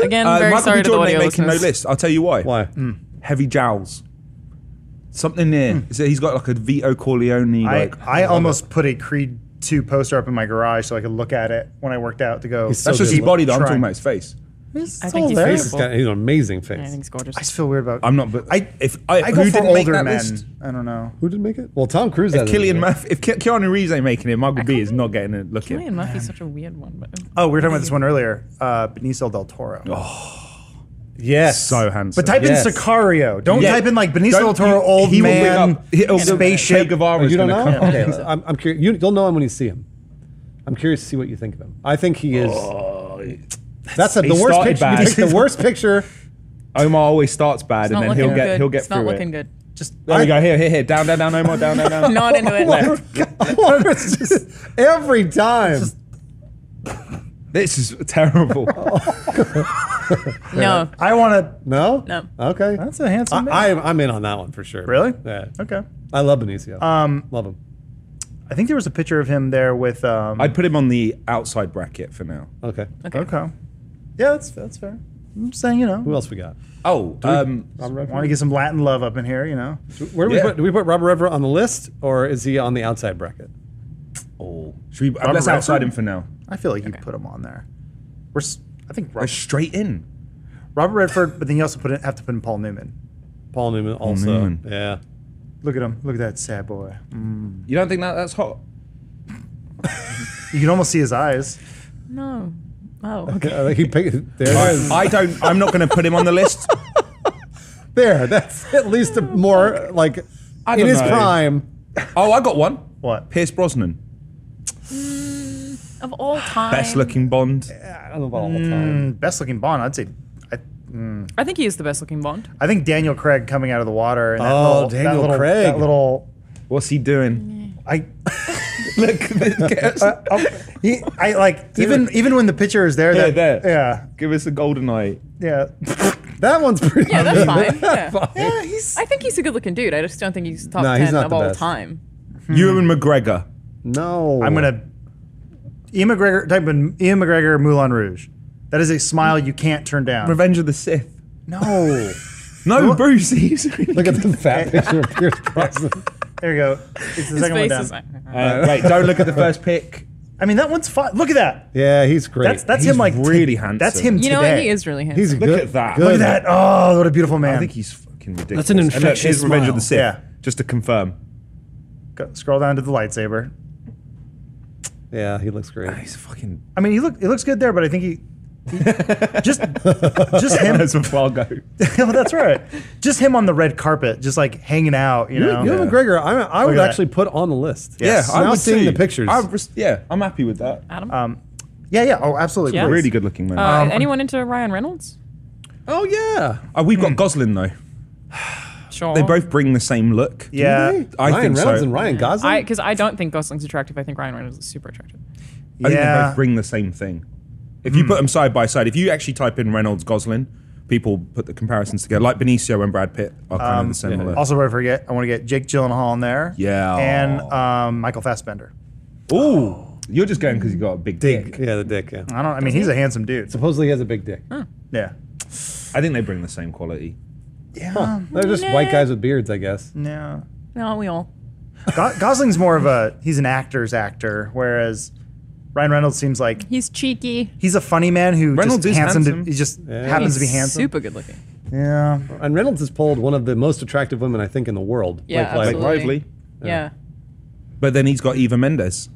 S1: Again,
S2: Uh,
S1: very
S2: Michael
S1: sorry
S2: B.
S1: to the
S2: Jordan
S1: audio
S2: ain't making no
S1: listeners.
S2: list. I'll tell you why.
S4: Why?
S2: Heavy jowls. Something there. So he's got like a Vito Corleone.
S3: I,
S2: like,
S3: I almost put a Creed two poster up in my garage so I could look at it when I worked out to go.
S4: He's so
S2: that's just
S4: good
S2: his body, though. I'm
S3: Trying.
S2: talking about his face.
S1: I think he's
S4: Face is
S1: beautiful.
S4: got- he's an amazing
S1: I
S4: face.
S1: think he's gorgeous.
S3: I just feel weird about.
S2: I'm not. But
S3: I
S2: if I,
S3: I
S2: who
S3: go for
S2: didn't
S3: older
S2: make that
S3: men.
S2: list?
S3: I don't know.
S4: Who did make it? Well, Tom Cruise. has it.
S2: Killian Murphy. If Ke- Keanu Reeves ain't making it, Michael B is not getting a look at.
S1: Cillian Murphy's such a weird one. But
S3: Oh, we were talking about this one earlier. Uh, Benicio del Toro.
S4: Yes. Oh,
S2: So handsome.
S3: But type
S4: Yes.
S3: in Sicario. Don't
S2: Yeah.
S3: Oh, type in like Benicio del
S2: Don't
S3: Toro
S2: you-
S3: old
S2: he will bring
S3: man
S2: up- he'll- Che
S3: spaceship.
S2: Guevara.
S4: Oh, you don't know?
S2: Come.
S4: Okay, I'm, I'm curious. You, you'll know him when you see him. I'm curious to see what you think of him. I think he is.
S2: Oh.
S4: that's a, the
S2: he
S4: worst
S2: started
S4: picture. You
S2: bad.
S4: picked the worst picture.
S2: Oh, Omar always starts bad,
S1: it's not
S2: and then
S1: looking
S2: he'll get
S1: good.
S2: he'll get
S1: it's
S2: through
S1: not
S2: it.
S1: looking good.
S3: Just uh,
S2: There
S3: I-
S2: we go. Here, here, here. Down, down, down. Omar. Down, down, down.
S1: Not into it.
S2: Left.
S4: Oh It's just- every time.
S2: This is terrible.
S1: No.
S3: I want to.
S4: no.
S1: No.
S4: Okay.
S3: That's a handsome man.
S4: I, am I'm in on that one for sure.
S3: Really?
S4: Yeah.
S3: okay.
S4: I love Benicio.
S3: Um,
S4: love him.
S3: I think there was a picture of him there with. Um,
S2: I'd put him on the outside bracket for now.
S4: Okay.
S3: okay. Yeah, that's that's fair. I'm just saying, you know,
S4: Who else we got?
S2: Oh, um,
S3: want to get some Latin love up in here, you know.
S4: Where do
S2: Yeah.
S4: we put? Do we put Robert Redford on the list, or is he on the outside bracket?
S2: oh, should we? let's outside him for now.
S3: I feel like you put him on there. We're, s- I think
S2: Go
S3: Robert,
S2: straight in.
S3: Robert Redford, but then you also put in, have to put in Paul Newman.
S4: Paul Newman also.
S2: Newman.
S4: Yeah.
S3: Look at him. Look at that sad boy.
S2: You don't think that that's hot?
S3: You can almost see his eyes.
S1: No. Oh.
S4: Yeah, like he picked, there, it is.
S2: I don't. I'm not going to put him on the list.
S4: there. That's at least a more like
S2: I
S4: in
S2: don't
S4: his
S2: know.
S4: prime.
S2: Oh, I got one.
S3: What?
S2: Pierce Brosnan,
S1: Of all time.
S2: best looking Bond.
S4: I don't know about all time.
S3: Mm, Best looking Bond, I'd say. I,
S1: I think he is the best looking Bond.
S3: I think Daniel Craig coming out of the water. And that
S4: Oh,
S3: little, that
S4: Daniel
S3: little-
S4: Craig.
S3: That little.
S2: What's he doing?
S3: I,
S2: Look, this guy-
S3: he, I like even even when the picture is there.
S2: Yeah,
S3: that,
S2: give us a golden eye.
S3: Yeah, yeah,
S4: That one's pretty.
S1: Mm. Yeah, that's fine. Yeah.
S3: yeah. He's
S1: I think he's a good looking dude. I just don't think he's top
S4: No, he's
S1: 10
S4: not
S1: of
S4: the
S1: all
S4: best.
S1: time.
S2: Ewan McGregor.
S4: No.
S3: I'm gonna Ian McGregor type in Ian McGregor Moulin Rouge. That is a smile you can't turn down.
S2: Revenge of the Sith.
S3: No,
S2: No, Bruce. He's really
S4: look at the fat picture of Pierce Brosnan.
S3: there you go. It's the
S1: His
S3: second
S1: face
S3: one down.
S1: is.
S2: Uh, wait, don't look at the first pick.
S3: I mean, that one's fine. Look at that.
S4: Yeah, he's great.
S3: That's that's
S2: He's
S3: him like
S2: really
S3: t-
S2: handsome.
S3: That's him
S1: You
S3: today.
S1: know what? He is really handsome.
S4: he's
S2: Look
S4: good.
S2: at that.
S4: good.
S3: Look at that. Oh, what a beautiful man.
S2: I think he's fucking ridiculous.
S5: an
S2: And look,
S5: infectious
S2: here's Revenge of
S5: smile.
S2: the Sith.
S3: Yeah.
S2: Just to confirm.
S3: Go, scroll down to the lightsaber.
S4: Yeah, he looks great.
S2: He's fucking.
S3: I mean, he look it looks good there, but I think he, he- just just him.
S2: That's a Fargo.
S3: well, that's right. Just him on the red carpet, just like hanging out. You know.
S4: Ewan McGregor, I, I would
S3: at that.
S4: actually put on the list.
S2: Yeah,
S4: now
S2: would
S4: seeing the
S2: too.
S4: pictures.
S2: I res- yeah, I'm happy with that.
S1: Adam.
S3: Um, yeah, yeah. Oh, absolutely.
S1: Yeah.
S3: please.
S2: Really good looking man.
S1: Uh, anyone into Ryan Reynolds?
S4: oh yeah,
S2: Uh, we've got Gosling though.
S1: Sure.
S2: They both bring the same look.
S3: Yeah.
S4: Really?
S2: I
S4: Ryan
S2: think so.
S4: Reynolds and Ryan Gosling.
S1: Because I, don't think Gosling's attractive. I think Ryan Reynolds is super attractive.
S2: I think they
S3: Yeah.
S2: both bring the same thing. If
S4: Hmm.
S2: you put them side by side, if you actually type in Reynolds Gosling, people put the comparisons together. Like Benicio and Brad Pitt are
S4: Um,
S2: kind of the similar.
S3: Also, before I forget, I want to get Jake Gyllenhaal in there.
S2: Yeah.
S3: And um, Michael Fassbender.
S2: Ooh, you're just going because you got a big dick.
S4: Yeah, the dick. Yeah.
S3: I don't. I mean, he's a handsome dude.
S4: Supposedly he has a big dick.
S3: Yeah.
S2: I think they bring the same quality.
S4: They're just white guys with beards, I guess.
S3: Yeah.
S1: No, we all.
S3: Go- Gosling's more of a he's an actor's actor, whereas Ryan Reynolds seems like
S1: He's cheeky.
S3: he's a funny man who
S2: Reynolds
S3: just
S2: is
S3: handsome. to-
S2: handsome.
S3: he just happens to be handsome.
S1: Super good looking.
S3: Yeah.
S4: And Reynolds has pulled one of the most attractive women I think in the world.
S1: Yeah,
S4: Blake Lively.
S1: absolutely.
S2: Lively.
S1: Yeah.
S2: But then he's got Eva Mendes.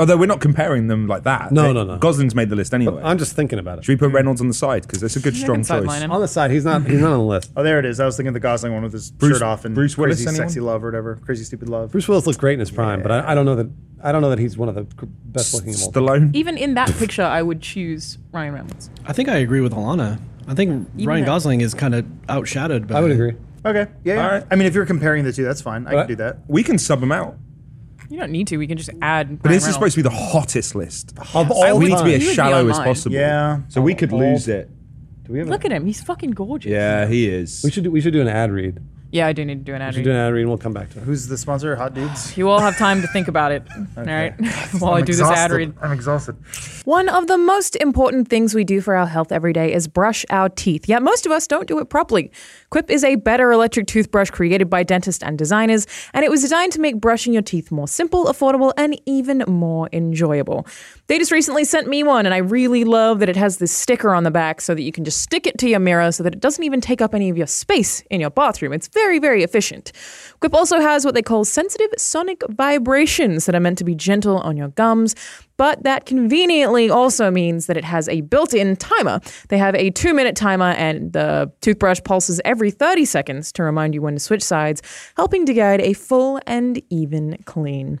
S2: Although we're not comparing them like that.
S4: No,
S2: They-
S4: no, no.
S2: Gosling's made the list anyway.
S4: I'm just thinking about it.
S2: Should we put Reynolds on the side? Because that's a good, strong
S1: can
S2: choice.
S1: sideline him.
S4: On the side, he's not. He's not on the list.
S3: Oh, there it is. I was thinking of the Gosling one with his
S2: Bruce-
S3: shirt off and
S2: Bruce Willis,
S3: crazy
S2: anyone?
S3: sexy love or whatever, crazy stupid love.
S4: Bruce Willis looks great in his prime, but I, I don't know that. I don't know that he's one of the gr- best looking of all. time.
S2: Stallone.
S1: Even in that picture, I would choose Ryan Reynolds.
S5: I think I agree with Alana. I think Ryan
S1: though-
S5: Gosling is kind of outshadowed. By
S4: I would agree.
S3: Okay. Yeah. yeah.
S2: All right.
S3: I mean, if you're comparing the two, that's fine. I
S4: All right.
S3: can do that.
S2: We can sub them out.
S1: You don't need to. We can just add.
S2: But this is supposed to be the hottest list.
S4: Of all
S2: we need to be
S4: time.
S2: as
S1: He would be
S2: shallow
S1: on
S2: as
S1: mine.
S2: possible.
S3: Yeah.
S2: So we could lose it.
S4: Do we have an-
S1: Look at him. He's fucking gorgeous.
S2: Yeah, he is.
S4: We should do, we should do an ad read.
S1: Yeah, I do need to do an ad
S4: We should
S1: read.
S4: do an ad read, and we'll come back to it.
S3: Who's the sponsor? Hot dudes.
S1: You all have time to think about it. All right. While i
S3: I'm
S1: do this ad
S3: exhausted.
S1: read.
S3: I'm exhausted.
S2: Uh,
S1: One of the most important things we do for our health every day is brush our teeth. Yet most of us don't do it properly. Quip is a better electric toothbrush created by dentists and designers, and it was designed to make brushing your teeth more simple, affordable, and even more enjoyable. They just recently sent me one, and I really love that it has this sticker on the back so that you can just stick it to your mirror so that it doesn't even take up any of your space in your bathroom. It's very, very efficient. Quip also has what they call sensitive sonic vibrations that are meant to be gentle on your gums, but that conveniently also means that it has a built in timer. They have a two minute timer, and the toothbrush pulses every 30 seconds to remind you when to switch sides, helping to guide a full and even clean.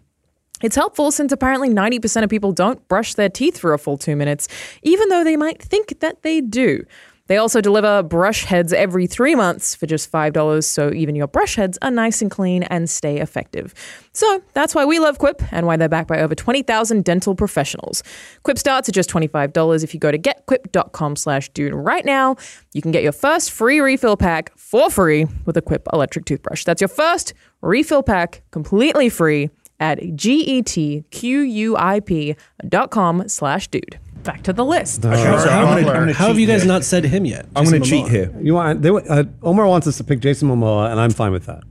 S1: It's helpful since apparently 90% of people don't brush their teeth for a full two minutes, even though they might think that they do. They also deliver brush heads every three months for just $5, so even your brush heads are nice and clean and stay effective. So that's why we love Quip and why they're backed by over 20,000 dental professionals. Quip starts at just $25 if you go to getquip.com slash dune right now. You can get your first free refill pack for free with a Quip electric toothbrush. That's your first refill pack completely free at E getquip dot com slash dude. Back to the list.
S2: Okay, so I'm gonna-
S3: Butler.
S2: I'm gonna
S5: How have
S2: cheat
S5: you guys
S2: here.
S5: not said him yet?
S2: I'm going
S5: Jason
S2: to cheat
S5: Momoa.
S2: here.
S4: You want they, want- uh, Omar wants us to pick Jason Momoa, and I'm fine with that.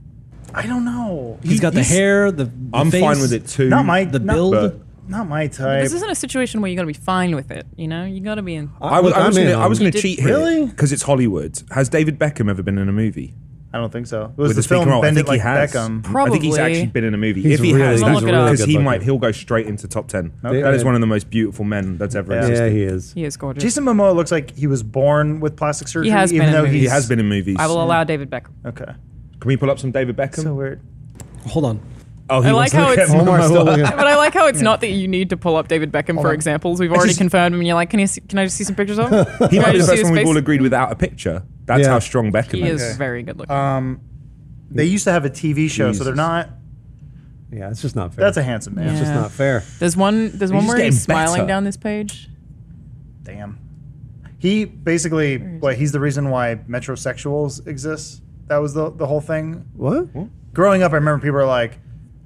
S3: I don't know.
S5: He's got the hair. The, the
S2: I'm
S5: face.
S2: fine with it too.
S3: Not my
S5: The
S3: not-
S5: build.
S2: but-
S3: Not my type.
S1: This isn't a situation where you got to be fine with it. You know, you got to be in.
S2: I was,
S4: Look,
S2: I was
S4: I'm
S2: gonna,
S4: in
S2: I
S4: on
S2: was
S4: it.
S2: gonna cheat here
S3: Really?
S2: because it's Hollywood. Has David Beckham ever been in a movie?
S3: I don't think so. It was
S2: with
S3: the
S2: a speaking
S3: film
S2: role? I
S3: Bend It
S2: think he
S3: Like
S2: has.
S3: Beckham.
S2: I think he's
S1: Probably.
S2: actually been in a movie.
S4: He's
S2: if he
S4: really-
S1: he's
S2: has, that's
S1: really good
S2: because he
S4: looking.
S2: might he'll go straight into top ten. That is one of the most beautiful men that's ever
S3: Yeah.
S4: Yeah,
S2: existed.
S4: he is.
S1: He is gorgeous.
S3: Jason Momoa looks like he was born with plastic surgery,
S1: has been
S3: even
S1: in
S3: though
S1: movies.
S2: He has been in movies.
S1: I will allow David Beckham.
S3: Okay.
S2: Can we pull up some David Beckham?
S3: So weird.
S5: Hold on.
S2: oh, he
S1: I
S2: wants
S1: like
S2: to
S1: how
S2: look
S1: it's-
S2: at
S4: Omar
S2: Momoa.
S4: still looking.
S1: But I like how it's not that you need to pull up David Beckham for
S3: on.
S1: examples. We've already confirmed him, and you're like, can, you see, can I just see some pictures of him?
S2: He
S1: Can I
S2: might be the
S1: just see
S2: first
S1: his
S2: one we've
S1: face?
S2: all agreed without a picture. That's
S4: Yeah.
S2: how strong Beckham
S1: He
S2: is.
S1: is very good looking.
S3: Um, they used to have a TV show, so
S2: Jesus.
S3: they're not.
S4: Yeah, it's just not fair.
S3: That's a handsome man.
S4: It's just
S1: Yeah.
S4: not fair.
S1: there's one. There's one
S2: just
S1: where he's
S2: getting better.
S1: smiling down this page.
S3: Damn. He basically like he's the reason why metrosexuals exist. That was the the whole thing.
S4: What?
S3: Growing up, I remember people were like,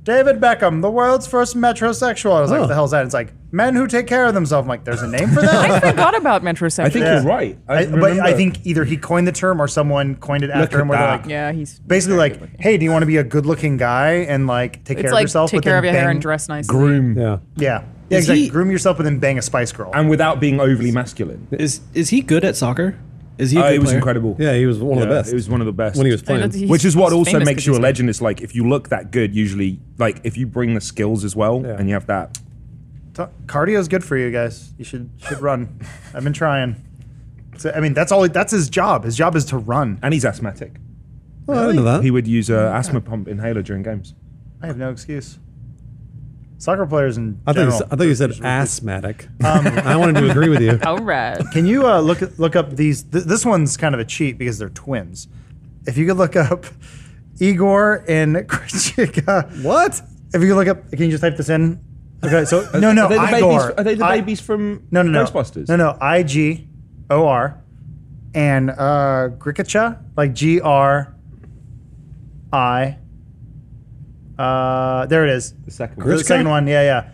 S3: David Beckham, the world's first metrosexual. I was like,
S4: Oh.
S3: what the hell's that? It's like men who take care of themselves. I'm like, there's a name for
S1: I
S3: that.
S1: forgot about metrosexual.
S2: I think
S3: Yeah.
S2: you're right. I,
S3: I, but I
S2: remember-
S3: think either he coined the term or someone coined it after
S2: at
S3: him. Where they're
S2: that.
S3: like,
S1: yeah, he's
S3: basically
S1: very
S3: like,
S1: good looking.
S3: hey, do you want to be a good-looking guy and like take care
S1: It's
S3: of
S1: like
S3: yourself?
S1: take
S3: but
S1: care
S3: then
S1: of your hair and
S3: bang-
S1: dress nicely.
S2: groom
S4: Yeah.
S3: Yeah, yeah,
S5: Is
S3: exactly.
S5: he-
S3: Groom yourself and then bang a Spice Girl.
S2: and without being overly masculine.
S5: Is is he good at soccer? Is he? A
S2: Oh,
S5: good
S2: it was
S5: player?
S2: incredible.
S4: Yeah, he was one of the
S2: Yeah,
S4: best.
S2: It was one of the best
S4: when he was
S1: I know
S4: playing.
S1: he's-
S2: which is what
S1: he's
S2: also
S1: famous
S2: makes
S1: 'cause
S2: you a
S1: he's good.
S2: legend. It's like if you look that good, usually, like if you bring the skills as well,
S4: Yeah.
S2: and you have that.
S3: T- Cardio's good for you guys. You should should run. I've been trying. So, I mean, that's all. That's his job. His job is to run.
S2: And he's asthmatic.
S4: Oh, I didn't know that.
S2: He would use a asthma pump inhaler during games.
S3: I have no excuse. Soccer players in
S4: I thought, you
S3: general.
S4: said, I thought you said asthmatic.
S2: Um,
S4: I wanted to agree with you.
S1: All right.
S3: Can you uh, look look up these? Th- this one's kind of a cheat because they're twins. If you could look up Igor and Krejcika.
S4: What?
S3: If you could look up, can you just type this in? Okay, so no, no,
S2: are they the
S3: Igor.
S2: babies? Are they the
S3: I-
S2: babies from
S3: no, no, no,
S2: Ghostbusters?
S3: No, no, I G O R and uh, Grikacha, like G R I. Uh, there it is.
S2: The second
S3: The
S2: one.
S4: Grisha?
S3: second one, yeah, yeah,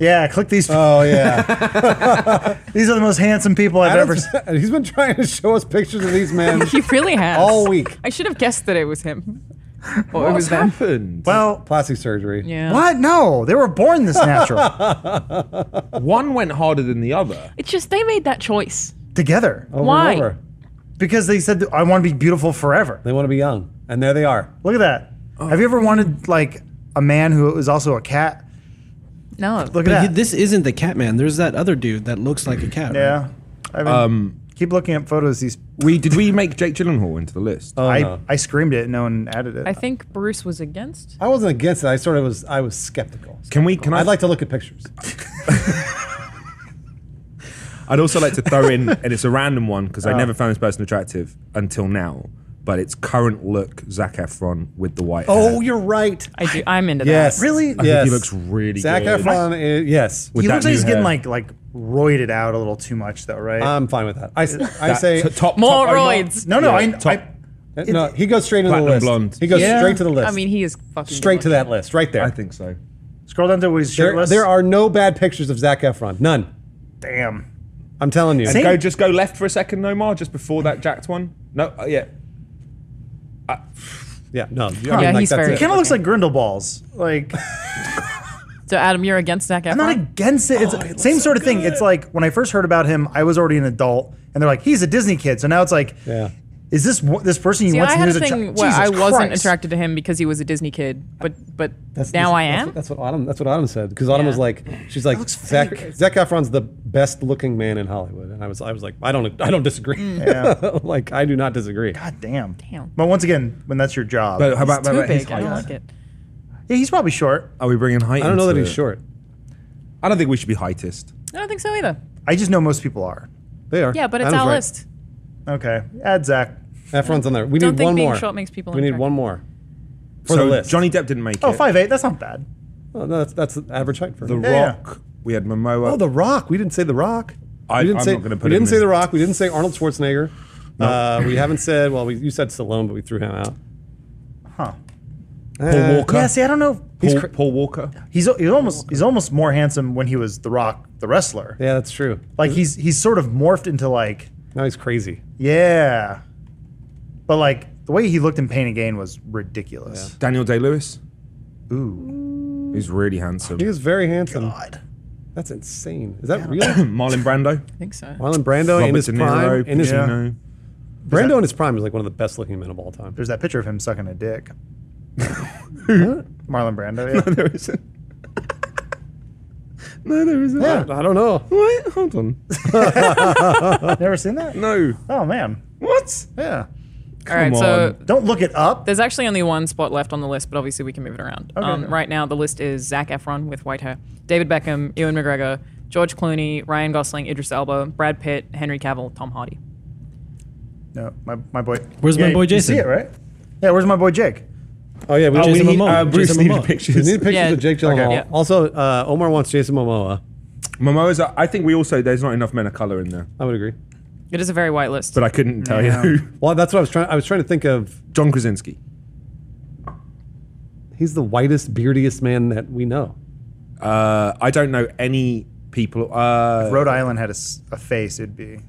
S3: yeah. Click these.
S4: Oh yeah,
S3: these are the most handsome people I've ever.
S4: Adam's,
S3: seen.
S4: he's been trying to show us pictures of these men
S1: He really has.
S4: all week.
S1: I should have guessed that it was him. Or it
S2: What's
S1: was them.
S2: happened?
S3: Well,
S4: Plastic surgery.
S5: Oh.
S1: Yeah.
S3: what? No, they were born this natural
S2: one went harder than the other.
S1: It's just they made that choice.
S3: together
S4: Over and
S1: Why?
S4: over.
S3: because they said, "I want to be beautiful forever."
S4: They want to be young, and there they are.
S3: Look at that.
S5: Oh.
S3: Have you ever wanted like a man who was also a cat?
S1: No.
S3: Look
S5: But
S3: at
S5: he-
S3: that.
S5: this isn't the cat man. There's that other dude that looks like a cat.
S3: yeah. I mean, keep looking at photos. These
S2: We did we make Jake Gyllenhaal into the list?
S4: Oh,
S3: I,
S4: no.
S3: I screamed it. No one added it.
S1: I think Bruce was against.
S4: I wasn't against it. I sort of was. I was skeptical.
S2: Can we? Can I?
S4: I'd like to look at pictures.
S2: I'd also like to throw in, and it's a random one because
S3: Oh.
S2: I never found this person attractive until now. But it's current look Zach Efron with the white. hair.
S4: Oh, you're right.
S1: I do. I'm into
S4: Yes.
S1: that.
S3: Really? I think
S2: he
S4: Yes.
S2: looks really
S4: Zac
S2: good.
S4: Efron. Is, yes.
S2: With
S3: he
S2: that
S3: looks like he's
S2: new
S3: getting
S2: hair.
S3: like like roided out a little too much though, right?
S5: Um,
S4: I'm fine with that. I, s- I
S2: That-
S4: say
S2: t- top
S1: More
S2: top overall.
S1: roids.
S3: no, no,
S2: yeah,
S3: I,
S2: top-
S3: I
S4: no. He goes straight into the
S2: Platinum
S4: list.
S2: blonde.
S4: He goes
S3: Yeah.
S4: straight to the list.
S1: I mean, he is fucking.
S4: straight to that list, right there.
S2: I think so.
S3: scroll down to where he's
S4: there,
S3: shirtless.
S4: there are no bad pictures of Zach Efron. None.
S3: damn.
S4: I'm telling you.
S3: Same-
S2: Go, just go left for a second, Nomar, just before that jacked one. No, uh, yeah.
S4: Yeah. No. I mean,
S1: Yeah, he's
S4: that's
S1: very-
S4: it.
S3: Kind of looks like Grindelballs. Like
S1: So Adam, you're against Zac Efron.
S3: I'm not against it. It's same sort of thing. It's like when I first heard about him, I was already an adult, and they're like, he's a Disney kid. So now it's like,
S4: Yeah.
S3: is this wha- this person you
S1: See,
S3: once
S1: I
S3: knew
S1: had a
S3: as a
S1: thing
S3: child?
S1: where
S3: Jesus
S1: I wasn't
S3: Christ.
S1: attracted to him because he was a Disney kid, but but
S4: That's-
S1: now
S4: that's-
S1: I
S4: that's
S1: am.
S4: what- That's, what Autumn. That's what Autumn said. Because Autumn
S1: Yeah.
S4: was like, she's like,
S3: looks
S4: Zach,
S3: fake.
S4: Zach Efron's the best looking man in Hollywood, and I was, I was like, I don't, I don't disagree. like, I do not disagree.
S3: God damn.
S1: Damn.
S3: But once again, when that's your job,
S2: But how about,
S1: Too
S2: how about his
S1: big. I
S2: height?
S1: don't like it.
S3: yeah, he's probably short.
S2: Are we bringing height?
S4: I don't know
S2: into
S4: that he's
S2: it?
S4: short.
S2: I don't think we should be heightist.
S1: I don't think so either.
S3: I just know most people are.
S4: They are.
S1: Yeah, but it's
S4: Adam's
S1: our
S4: right.
S1: list.
S3: Okay, add Zach.
S4: Efron's on there. We
S1: Don't
S4: need
S1: think
S4: one
S1: being
S4: more.
S1: short makes people
S4: We need
S1: unattractive.
S4: one more for
S2: so
S4: the list.
S2: Johnny Depp didn't make
S3: Oh,
S2: it.
S3: five eight. That's not bad.
S4: Oh, no, that's that's the average height for
S2: The
S4: him.
S3: Yeah,
S2: Rock. We had Momoa.
S4: Oh, The Rock. We didn't say The Rock.
S2: I-
S4: we didn't
S2: I'm
S4: say,
S2: not gonna put
S4: We
S2: him
S4: didn't say
S2: in.
S4: The Rock. We didn't say Arnold Schwarzenegger. Uh, we haven't said. Well, we, you said Stallone, but we threw him out.
S3: Huh.
S2: Paul
S4: Eh,
S2: Walker.
S3: Yeah. See, I don't know. if-
S2: Paul,
S4: cr-
S2: Paul Walker.
S3: He's he's almost he's almost more handsome when he was The Rock, the wrestler.
S4: Yeah, that's true.
S3: Like he's he's sort of morphed into like
S4: Now he's crazy.
S3: yeah, but like the way he looked in Pain and Gain was ridiculous.
S2: Daniel Day Lewis.
S3: Ooh,
S2: He's really handsome.
S4: He is very handsome.
S3: God.
S4: That's insane. Is that real?
S2: Marlon Brando.
S1: I think so.
S4: Marlon Brando Oh, in
S2: Robert
S4: his
S2: De
S4: prime.
S2: Niro.
S4: In his,
S2: Pacino.
S4: Brando in his prime is like one of the best looking men of all time.
S3: There's that picture of him sucking a dick. Marlon Brando. Yeah.
S2: there isn't. no, there isn't.
S4: I I don't know.
S2: What? Hold on.
S3: Never seen that?
S2: No.
S3: Oh man.
S2: What?
S3: Yeah.
S1: All right, so
S3: Don't look it up.
S1: there's actually only one spot left on the list, but obviously we can move it around. Um, right now, the list is Zach Efron with white hair, David Beckham, Ewan McGregor, George Clooney, Ryan Gosling, Idris Elba, Brad Pitt, Henry Cavill, Tom Hardy.
S3: No, my, my boy.
S5: Where's my
S3: Yeah,
S5: boy
S3: you
S5: Jason?
S3: see it right? Yeah. Where's my boy Jake?
S4: Oh yeah, we,
S5: Oh,
S4: Jason
S5: we need-
S4: Momoa.
S5: uh, Bruce
S4: Jason
S5: needed
S4: Momoa.
S2: pictures.
S4: We need pictures
S1: Yeah.
S4: of Jake Gyllenhaal.
S1: Okay. Yeah.
S4: Also, uh, Omar wants Jason Momoa.
S2: Momoa's. I think we also there's not enough men of color in there,
S4: I would agree.
S1: It is a very white list.
S2: but I couldn't tell
S3: Yeah.
S2: you. who.
S4: Well, that's what I was trying. I was trying to think of.
S2: John Krasinski.
S4: He's the whitest, beardiest man that we know.
S2: Uh, I don't know any people. Uh,
S3: Rhode Island had a, s- a face. It'd be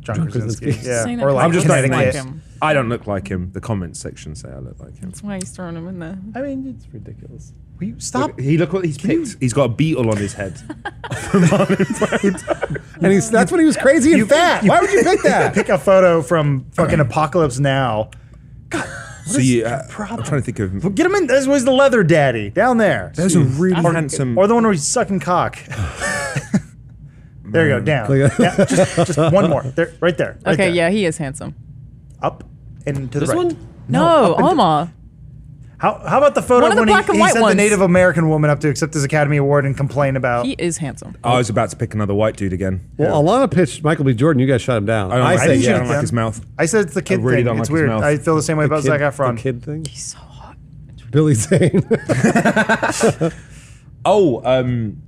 S3: John, Krasinski.
S4: Krasinski.
S1: Saying
S3: Yeah.
S1: that
S3: Or like
S1: I'm just
S2: not
S3: Connecticut.
S1: like him.
S2: I don't look like him. The comments section say I look like him.
S1: That's why he's throwing him in there.
S3: I mean, it's,
S4: Ridiculous.
S3: will you stop?
S2: He look what he's picked. He's got a beetle on his head.
S4: And he's that's when he was crazy and fat. Why would you pick that?
S3: Pick a photo from fucking Apocalypse Now.
S2: so you, uh, I'm trying to think of.
S3: Get him in. This was the leather daddy down there,
S2: There's a really
S1: That's
S2: handsome.
S3: or the one where he's sucking cock. there you go. Down.
S4: Click it.
S3: Yeah, just, just one more. There, right there. right
S1: Okay,
S3: there.
S1: yeah, he is handsome.
S3: Up and to
S4: This
S3: the right.
S4: one?
S1: No, Oh.
S3: and-
S1: Omar.
S3: How, how about the photo
S1: One of the
S3: when
S1: black
S3: he,
S1: and
S3: he
S1: white
S3: sent the
S1: ones.
S3: Native American woman up to accept his Academy Award and complain about?
S1: He is handsome.
S2: I was about to pick another white dude again.
S4: Well, Alana pitched Michael B. Jordan. You guys shut him down.
S2: I don't, like,
S4: say
S3: didn't
S2: yeah, I
S3: shoot
S2: don't like
S3: him.
S2: his mouth.
S3: I said it's the kid
S2: I really
S3: thing.
S2: don't
S3: it's
S2: like his
S3: weird.
S2: mouth.
S3: I feel the same way about
S4: kid,
S3: Zac Efron.
S4: the kid thing.
S1: He's so hot.
S4: Billy Zane.
S2: Oh, um.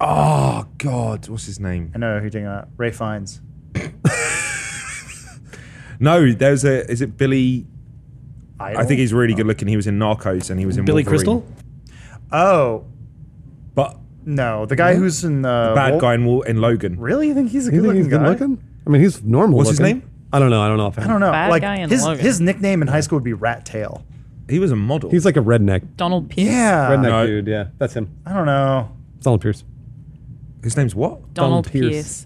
S2: Oh God, what's his name?
S3: I know who you're talking about. Ray Fiennes.
S2: No, there's a. Is it Billy? I think he's really good looking. He was in Narcos and he was in
S5: Billy
S2: Wolverine.
S5: Crystal?
S3: Oh
S2: but
S3: no, the guy who's in uh,
S2: bad
S3: Wol-
S2: guy in, Wol- in Logan.
S3: Really, you think he's a
S4: You think
S3: good-looking
S4: he's good
S3: guy?
S4: looking? I mean, he's normal.
S2: What's his
S4: looking.
S2: name?
S4: I don't know. I don't know. Offhand.
S3: I don't know.
S1: Bad
S3: like
S1: guy in
S3: his
S1: Logan.
S3: his nickname in high school would be Rat Tail.
S2: He was a model.
S4: He's like a redneck.
S1: Donald Pierce.
S3: Yeah,
S4: Redneck
S2: Ah, No.
S4: dude. Yeah, that's him.
S3: I don't know.
S4: It's Donald Pierce.
S2: His name's what?
S1: Donald,
S4: Donald
S1: Pierce.
S4: Pierce.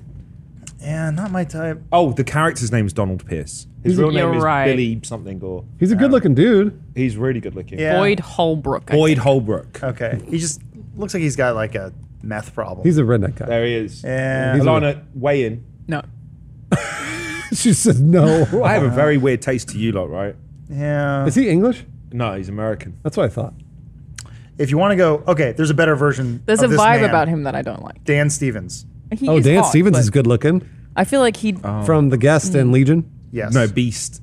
S3: Yeah, not my type.
S2: Oh, the character's name's Donald Pierce. His real
S1: You're
S2: name is
S1: right.
S2: Billy something, or
S4: He's a good-looking dude.
S2: he's really good looking. Uh,
S3: Yeah.
S1: Boyd Holbrook. I
S2: Boyd Holbrook.
S3: Okay, he just looks like he's got like a meth problem.
S4: He's a redneck guy.
S2: There he is.
S3: Yeah. He's
S2: Alana, weigh in.
S1: think. No.
S4: she says no.
S2: I have a
S1: Uh-huh.
S2: very weird taste to you lot, right?
S3: yeah.
S4: Is he English?
S2: No, he's American.
S4: That's what I thought.
S3: If you want to go, okay, there's a better version.
S1: There's a
S3: of this
S1: vibe
S3: man.
S1: about him that I don't like.
S3: Dan Stevens.
S1: He
S4: oh,
S1: is
S4: Dan
S1: hot,
S4: Stevens
S1: but Uh,
S4: is good-looking
S1: I feel like he.
S2: Oh.
S4: from The Guest
S3: Mm.
S4: and Legion.
S3: Yes.
S2: No, Beast.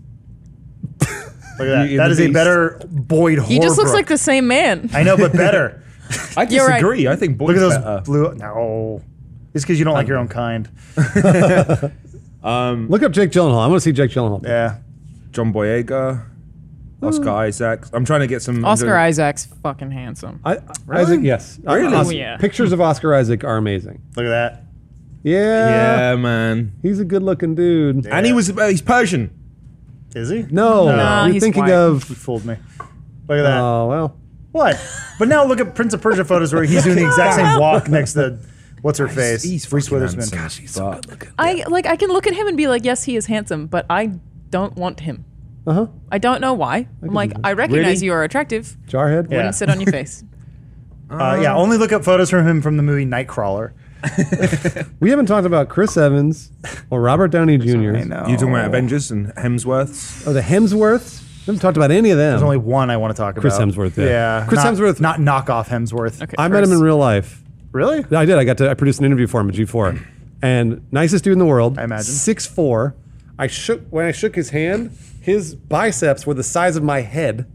S3: Look at that.
S2: You-
S3: That
S2: the
S3: is a
S2: beast.
S3: better Boyd.
S1: he just looks
S3: Holbrook.
S1: like the same man.
S3: I know, but better.
S2: I
S1: You're right.
S2: disagree. I think
S3: Look
S2: Boyd's
S3: at those
S2: better.
S3: blue. No, it's because you don't like your own kind.
S2: Mm.
S4: Look up Jake Gyllenhaal. I want to see Jake Gyllenhaal.
S3: Yeah.
S2: John Boyega, Oscar Isaacs. I'm trying to get some
S1: Oscar Isaac's fucking handsome.
S4: I, Isaac, yes.
S2: Really?
S4: Os-
S1: Oh, yeah.
S4: Pictures of Oscar Isaac are amazing.
S3: Look at that.
S4: Yeah.
S2: Yeah, man.
S4: He's a good-looking dude.
S2: And he was uh, he's Persian.
S3: Is he?
S4: No,
S1: No,
S4: you're
S1: he's
S4: thinking
S1: white.
S3: You
S4: of.
S3: fooled me. Look at that.
S4: Oh well.
S3: what? But now look at Prince of Persia photos where he's doing the exact same walk next to what's her face? Reese
S2: fucking
S3: Witherspoon.
S2: handsome. Fuck.
S1: I like. I can look at him and be like, yes, he is handsome, but I don't want him.
S4: Uh huh.
S1: I don't know why. I'm like, I recognize
S2: Really?
S1: you are attractive.
S4: Jarhead.
S3: Yeah.
S1: Wouldn't sit on your face.
S3: Uh, yeah, only look up photos from him from the movie Nightcrawler.
S4: We haven't talked about Chris Evans or Robert Downey Jr.
S2: You talking
S3: Oh.
S2: about Avengers and Hemsworth?
S4: Oh, the Hemsworths. We haven't talked about any of them.
S3: There's only one I want to talk about.
S4: Chris Hemsworth, yeah. Chris
S3: not-
S4: Hemsworth-
S3: Not knockoff Hemsworth.
S1: Okay,
S4: I met him
S1: Chris.
S4: in real life.
S3: Really?
S4: I did. I got to. I produced an interview for him at G4, and nicest dude in the world. I
S3: imagine.
S4: six four. I shook when I shook his hand. His biceps were the size of my head.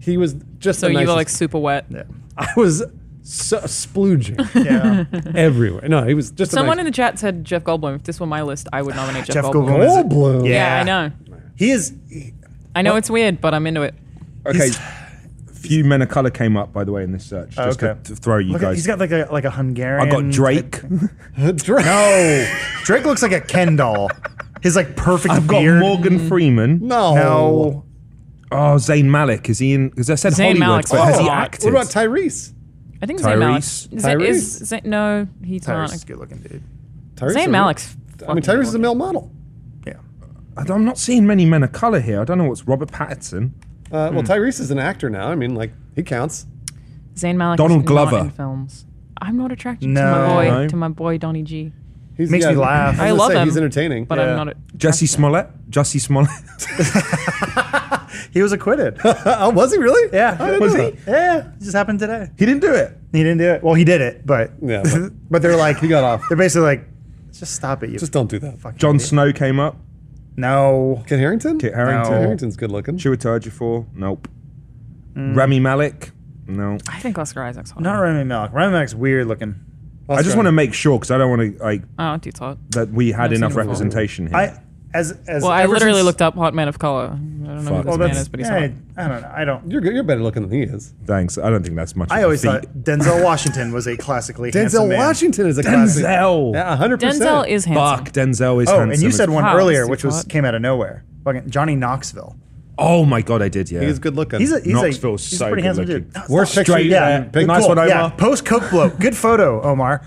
S4: He was just
S1: So
S4: the
S1: you were
S4: nicest-
S1: like super wet.
S4: I was so, splooging
S3: Yeah.
S4: everywhere. No, he was just
S1: Someone
S4: a
S1: in
S4: nice,
S1: the chat said Jeff Goldblum. If this were my list, I would nominate Jeff,
S3: Jeff
S1: Goldblum.
S3: Goldblum. is-
S4: Goldblum.
S1: Yeah, I know.
S3: He is.
S1: I know it's weird, but I'm into it.
S2: Okay. Few men of color came up, by the way, in this search. Just
S3: Oh, okay.
S2: to, to throw you
S3: Look at,
S2: guys.
S3: he's got like a like a Hungarian.
S2: I got Drake.
S4: Drake.
S3: No, Drake looks like a Ken doll. His like perfect
S2: I've got
S3: beard.
S2: Morgan Freeman.
S4: No.
S3: No,
S2: Oh, Zayn Malik. Is he in? Because I said
S1: Zayn
S2: Hollywood,
S1: Malik's
S2: but has
S1: hot.
S2: he
S1: What
S2: acted?
S4: What about Tyrese?
S1: I think Zayn Malik.
S2: Tyrese?
S1: Is it- Is,
S4: Tyrese?
S1: Zayn- no, he's
S3: Tyrese is
S1: not.
S3: a good looking dude.
S4: Tyrese
S1: Zayn Malik's.
S4: I mean, Tyrese is a male model.
S3: Yeah,
S2: I don't- I'm not seeing many men of color here. I don't know what's Robert Pattinson.
S4: Uh,
S3: Hmm.
S4: well, Tyrese is an actor now. I mean, like he counts.
S1: Zayn Malik.
S2: Donald
S1: is Not
S2: Glover.
S1: in films. I'm not attracted to
S3: No.
S1: my boy
S2: No.
S1: to my boy Donnie G.
S4: He's,
S3: Makes me
S4: yeah,
S3: laugh.
S4: was
S1: I
S4: gonna
S1: love
S4: say,
S1: him,
S4: He's entertaining.
S1: But
S3: Yeah.
S1: I'm not.
S2: Jesse Smollett. Jesse Smollett.
S3: he was acquitted.
S4: oh, was he really?
S3: Yeah,
S4: I didn't
S2: Was he?
S4: know that.
S3: yeah, it just happened today.
S2: he didn't do it.
S3: He didn't do it. Well, he did it, but
S4: Yeah, but-
S3: but they're like
S4: He got off.
S3: They're basically like, just stop it. You
S4: Just don't do that.
S3: fucking
S2: Jon
S3: idiot.
S2: Snow came up.
S3: No,
S4: Kit Harrington.
S2: Kit Harington.
S3: No.
S4: Harrington's good looking.
S2: Chiwetel Ejiofor. Nope. Rami Malek. No.
S1: I think Oscar Isaac's hot.
S3: not Remy Malik. Remy Malik's weird looking.
S2: I just want to make sure because I don't want to like
S1: Oh, dude's hot.
S2: that we had
S1: I've
S2: enough
S1: seen him
S2: representation here.
S3: I as as
S1: Well, I
S3: ever
S1: literally
S3: since-
S1: looked up hot man of color. I don't know who
S2: Fuck.
S1: this
S2: Well,
S1: man
S2: that's-
S1: is, but he's
S3: I,
S1: hot.
S3: I don't know. I don't.
S4: You're, you're better looking than he is.
S2: Thanks. I don't think that's much.
S3: I always thought Denzel Washington was a classically handsome
S4: Denzel
S3: man.
S4: Washington is a classic.
S2: Denzel.
S4: Yeah, 100%.
S1: Denzel is handsome.
S2: Fuck. Denzel is
S3: Oh,
S2: handsome.
S3: and you
S2: as-
S3: said one
S1: Wow,
S3: earlier,
S1: that's
S3: which
S1: too
S3: was
S1: hot.
S3: came out of nowhere. Fucking Johnny Knoxville.
S2: Oh my god, I did. Yeah.
S4: He's good looking.
S3: He's a he's a
S2: Knoxville's
S3: he's a
S2: so
S3: pretty handsome
S2: good-looking.
S3: dude. No,
S4: Worst
S3: stop.
S4: picture
S2: Straight,
S4: yeah.
S2: yeah. Big-
S3: Good
S2: nice
S3: call.
S2: one,
S3: Yeah,
S2: Omar.
S3: post Coke bloat. Good photo, Omar.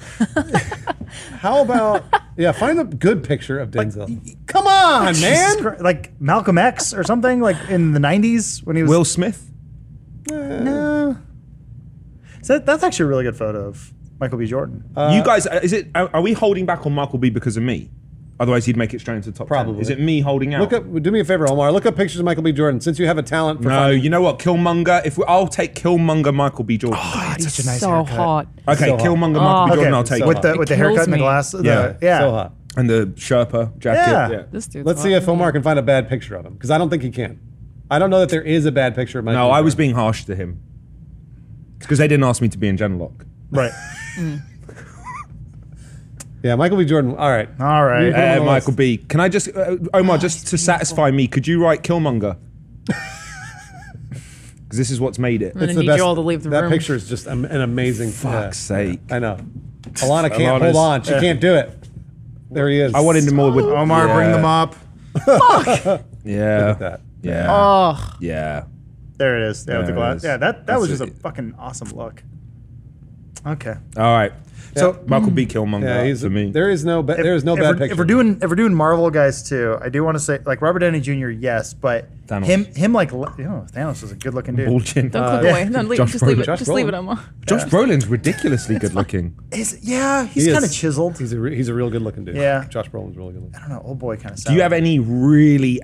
S4: How about yeah? Find a good picture of Denzel. Come on, man.
S3: Jesus Christ, like Malcolm X or something like in the '90s when he was.
S2: Will Smith.
S3: no. So that, that's actually a really good photo of Michael B. Jordan.
S2: you guys, uh, is it? Are, are we holding back on Michael B because of me? Otherwise, he'd make it straight into the top. 10.
S4: Probably.
S2: Is it me holding out?
S4: Look up. Do me a favor, Omar. Look up pictures of Michael B. Jordan. Since you have a talent for
S2: No,
S4: finding-
S2: you know what? Killmonger. If we, I'll take Killmonger, Michael B. Jordan.
S1: He's
S3: such a nice
S1: so
S3: haircut.
S1: hot.
S2: okay,
S4: so hot.
S2: Killmonger, Michael B.
S1: Oh.
S2: Jordan.
S3: okay,
S2: I'll take
S3: with
S2: it.
S3: the
S1: It
S3: with the haircut
S1: kills
S3: and the
S1: me.
S3: glass. the-
S2: Yeah.
S3: yeah.
S4: so hot.
S2: and the Sherpa jacket.
S3: Yeah.
S1: This dude's
S4: Let's
S1: hot.
S4: see if Omar can find a bad picture of him because I don't think he can. I don't know that there is a bad picture of Michael.
S2: No,
S4: B.
S2: I was
S4: Jordan.
S2: being harsh to him. because they didn't ask me to be in Genlock.
S3: Right.
S4: Yeah, Michael B. Jordan. All right.
S3: All right.
S4: Yeah.
S2: Uh,
S4: Yes.
S2: Michael B. Can I just, uh,
S1: Oh,
S2: Omar, just to satisfy me, could you write Killmonger? Because this is what's made it.
S1: I'm gonna need you all to leave the
S4: that
S1: room.
S4: picture is just am- an amazing.
S2: Fuck's
S4: yeah.
S2: sake.
S4: I know. Alana can't
S2: Alana's-
S4: hold on. She can't do it. There he is.
S2: I wanted him more with
S3: Omar,
S2: yeah,
S3: bring them up.
S2: Yeah.
S4: that.
S2: Yeah.
S1: Oh,
S2: Yeah.
S3: There it is. Yeah, with
S2: There it
S3: the glass.
S2: is.
S3: Yeah, that, that
S2: That's
S3: was just a
S2: it.
S3: fucking awesome look. Okay.
S2: All right. So Michael B. Killmonger
S4: Yeah, he's
S2: for me.
S4: There is no. Ba- there is no
S3: if
S4: bad
S3: we're,
S4: picture.
S3: If we're doing if we're doing Marvel guys too, I do want to say like Robert Downey Jr. Yes, but
S2: Thanos.
S3: him him like le- oh, Thanos was a good looking dude.
S2: Bull chin.
S1: don't
S3: Uh,
S1: click away. No, leave,
S2: Josh
S1: just leave
S2: Brolin.
S1: it.
S4: Josh
S1: just leave it,
S4: Brolin.
S1: Emma.
S2: Josh Brolin's ridiculously good looking.
S3: Is- yeah, he's
S4: He
S3: kind of
S4: is.
S3: chiseled.
S4: He's a re- he's a real good looking dude.
S3: Yeah.
S4: Josh Brolin's really good looking.
S3: I don't know, old boy kind of.
S2: Do you have any really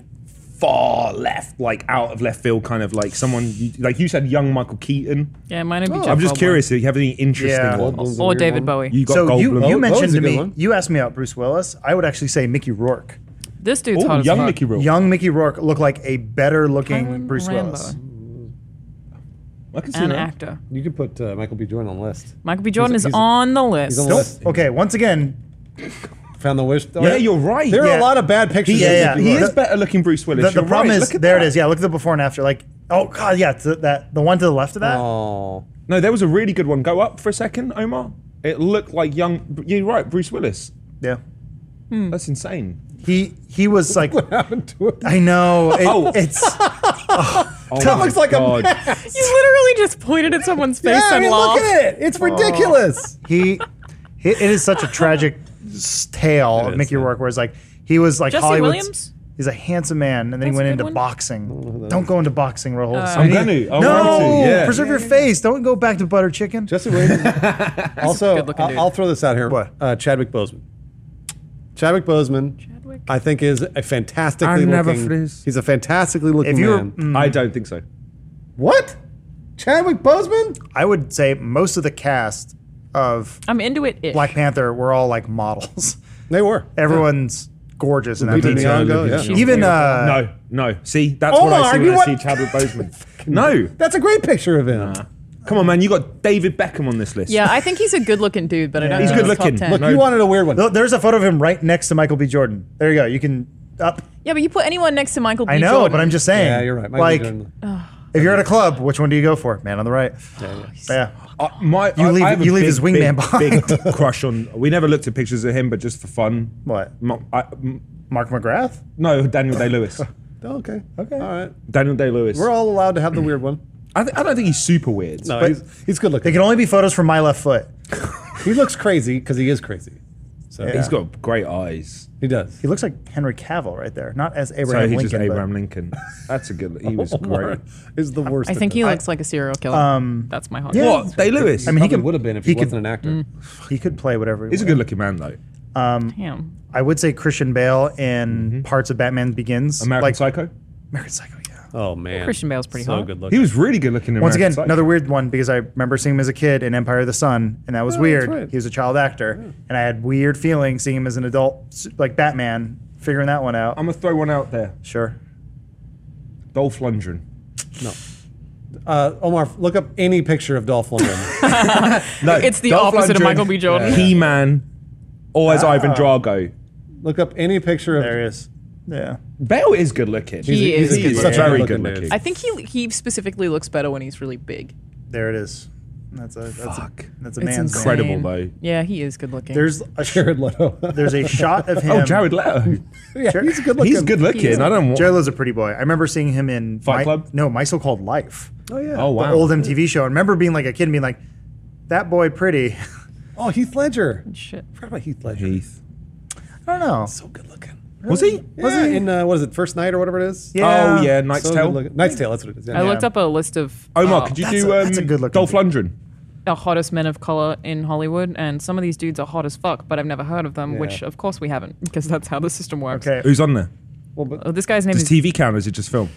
S2: far left, like out of left field, kind of like someone you, like you said, young Michael Keaton?
S1: Yeah, mine would be. Jeff
S2: I'm just
S1: Goldblum.
S2: curious if you have any interesting
S3: Yeah.
S2: ones.
S4: Goldblum's a
S1: Or
S4: weird
S1: David
S4: one.
S1: Bowie.
S2: You got
S3: So you,
S2: Goldblum.
S3: you
S1: Oh,
S4: Goldblum's
S3: mentioned
S4: a
S3: to
S4: good
S3: me
S4: one.
S3: you asked me about Bruce Willis. I would actually say Mickey Rourke.
S1: This dude's
S2: Ooh,
S1: hot as
S2: Oh, young
S1: fuck.
S2: Mickey Rourke.
S3: Young Mickey Rourke looked like a better looking
S1: Kylan
S3: Bruce
S1: Rambo,
S3: Willis.
S2: I can see
S1: An
S2: that.
S1: actor.
S4: You can put uh, Michael B. Jordan on the list.
S1: Michael B. Jordan
S4: He's-
S1: is
S4: he's a-
S1: on the list.
S4: He's on the
S3: Nope.
S4: list.
S3: Okay, once again,
S4: Found the wish.
S2: Yeah, you're right.
S4: There are
S3: Yeah.
S4: a lot of bad pictures.
S3: He-
S4: of
S3: yeah,
S4: Michael B.
S3: yeah,
S2: He
S3: You
S2: is
S3: are-
S4: Jordan.
S2: better looking Bruce Willis.
S3: the, the
S2: You're
S3: problem
S2: right.
S3: is
S2: Look at
S3: there
S2: that.
S3: it is. Yeah, look at the before and after. Like, oh god, yeah, th- that the one to the left of that.
S4: Oh.
S2: No, there was a really good one. Go up for a second, Omar. It looked like young. You're right, Bruce Willis.
S3: Yeah,
S2: That's insane.
S3: he he was like,
S4: What happened to it?
S3: I know it,
S2: Oh.
S3: it's
S2: Oh
S4: That
S2: my
S4: looks like a
S2: God.
S1: You literally just pointed at someone's face
S4: yeah, I
S1: and
S4: mean, look
S1: laughed.
S4: at it. It's ridiculous.
S3: he, he it is such a tragic s- tale of Mickey Rourke, where it's like he was like
S1: Jesse
S3: Hollywood's-
S1: Williams?
S3: He's a handsome man, and then
S1: That's a
S3: he went
S1: good
S3: into
S1: one.
S3: boxing. Don't go into boxing, Rahul.
S2: I'm gonna. I want
S3: no,
S2: to, yeah.
S3: preserve your face. Don't go back to butter chicken.
S4: Jesse Williams. also,
S1: good-looking dude.
S4: I'll, I'll throw this out here.
S3: What?
S4: Uh, Chadwick Boseman. Chadwick Boseman,
S1: Chadwick.
S4: I think, is a fantastically
S2: I
S4: looking.
S2: never frizz.
S4: he's a fantastically looking
S3: If you were-
S4: man.
S2: I don't think so.
S4: Mm. what? Chadwick Boseman?
S3: I would say most of the cast of
S1: I'm into it. Ish.
S3: Black Panther were all like models.
S4: They were.
S3: Everyone's gorgeous in that
S4: Lupita
S3: picture.
S4: Nyong'o, yeah.
S3: Even uh,
S2: No, no. See, that's
S4: Oh
S2: what I
S4: my,
S2: see
S4: you
S2: when I
S4: want-
S2: see Chadwick Boseman. no,
S4: That's a great picture of him.
S2: come on, man. You got David Beckham on this list.
S1: Yeah, I think he's a good looking dude, but I don't
S2: He's
S1: think
S2: good
S1: top
S2: looking.
S1: 10.
S4: Look,
S2: No.
S4: you wanted a weird one.
S3: Th- Oh, There's a photo of him right next to Michael B. Jordan. There you go. You can up.
S1: Yeah, but you put anyone next to Michael B.
S3: I know,
S1: Jordan,
S3: but I'm just saying.
S4: Yeah, you're right. Michael B.
S3: like,
S4: Jordan.
S3: if you're at a club, which one do you go for? Man on the right. Yeah.
S2: Uh, my,
S3: You
S2: I-
S3: leave-
S2: I have a
S3: you leave
S2: big,
S3: his wingman
S2: big,
S3: behind.
S2: Big crush on. We never looked at pictures of him, but just for fun.
S3: What?
S2: Mo- I- m-
S3: Mark McGrath.
S2: no, Daniel Day Lewis.
S4: Oh, okay. Okay. All right.
S2: Daniel Day Lewis.
S4: We're all allowed to have the weird one.
S2: I, th- I don't think he's super weird.
S4: No,
S2: but
S4: he's, he's good
S3: They
S4: looking.
S3: can only be photos from my left foot.
S4: He looks crazy because he is crazy. So
S2: he's got great eyes.
S4: he does.
S3: He looks like Henry Cavill right there, not as
S2: So
S3: Abraham
S2: he's
S3: Lincoln.
S2: just
S3: but-
S2: Abraham Lincoln. That's a good. He was great.
S4: Is the worst.
S1: I
S4: at
S1: think
S4: that.
S1: he looks like a serial killer.
S3: Um,
S1: That's my hot
S3: yeah.
S1: take.
S2: What? Day Lewis.
S3: I mean, he
S4: Probably
S3: could
S4: would have been if he,
S3: could-
S4: wasn't an actor.
S3: He could play whatever. He
S2: he's a
S3: wanted.
S2: good looking man though.
S1: Damn.
S3: I would say Christian Bale in parts of Batman Begins.
S2: American
S3: like,
S2: Psycho.
S3: American Psycho. Yeah.
S4: Oh man,
S1: Christian Bale's pretty
S4: so
S1: hot.
S4: good
S2: He
S4: looking.
S2: was really good looking in
S3: Once again,
S2: American Psycho.
S3: another weird one because I remember seeing him as a kid in Empire of the Sun, and that was weird.
S4: right.
S3: He was a child actor, and I had weird feelings seeing him as an adult, s- like Batman, figuring that one out.
S2: I'm gonna throw one out there.
S3: sure.
S2: Dolph Lundgren.
S4: Uh, Omar, look up any picture of Dolph Lundgren.
S2: No,
S1: It's the opposite of Michael B. Jordan.
S2: He Man, or as Ivan Drago.
S4: look up any picture of.
S3: There he is. Yeah.
S2: Bale is good looking.
S1: He is
S4: he's
S1: good
S4: such
S1: looking.
S4: a
S2: very
S4: good-looking
S2: good
S4: dude.
S2: looking.
S1: I think he he specifically looks better when he's really big.
S3: There it is. That's a that's
S2: Fuck.
S3: a that's a
S1: It's
S3: man's
S1: insane.
S3: man.
S2: Incredible, though.
S1: Yeah, he is good looking.
S3: There's a
S4: Jared Leto.
S3: there's a shot of him.
S2: Oh, Jared Leto.
S4: yeah, he's good looking.
S2: He's good looking. I don't want.
S3: Jared Leto's a pretty boy. I remember seeing him in
S2: Fight
S3: My-
S2: Club?
S3: No, My So Called Life,
S4: Oh yeah.
S2: Oh wow.
S3: the old MTV show. I remember being like a kid and being like, that boy pretty.
S4: Oh Heath Ledger.
S1: shit.
S4: forgot about Heath Ledger.
S2: Heath.
S3: I don't know.
S2: Oh,
S4: So good looking.
S2: Was he?
S4: Was he in uh, what is it? First night or whatever it is.
S2: Oh yeah, Knight's
S4: So
S2: Tale.
S4: good-looking. Knight's Tale. That's what it is.
S1: I
S4: Yeah.
S1: looked up a list of
S2: Omar,
S1: uh,
S2: could you
S3: Oh, That's
S2: do
S3: a-
S2: um,
S3: that's a good-looking
S2: Dolph
S3: dude.
S2: Lundgren?
S1: the hottest men of color in Hollywood, and some of these dudes are hot as fuck, but I've never heard of them, which of course we haven't, because that's how the system works.
S3: Okay.
S2: Who's on there?
S4: Well, but
S1: Oh, this guy's name
S2: Does
S1: is
S2: TV count or is it just film?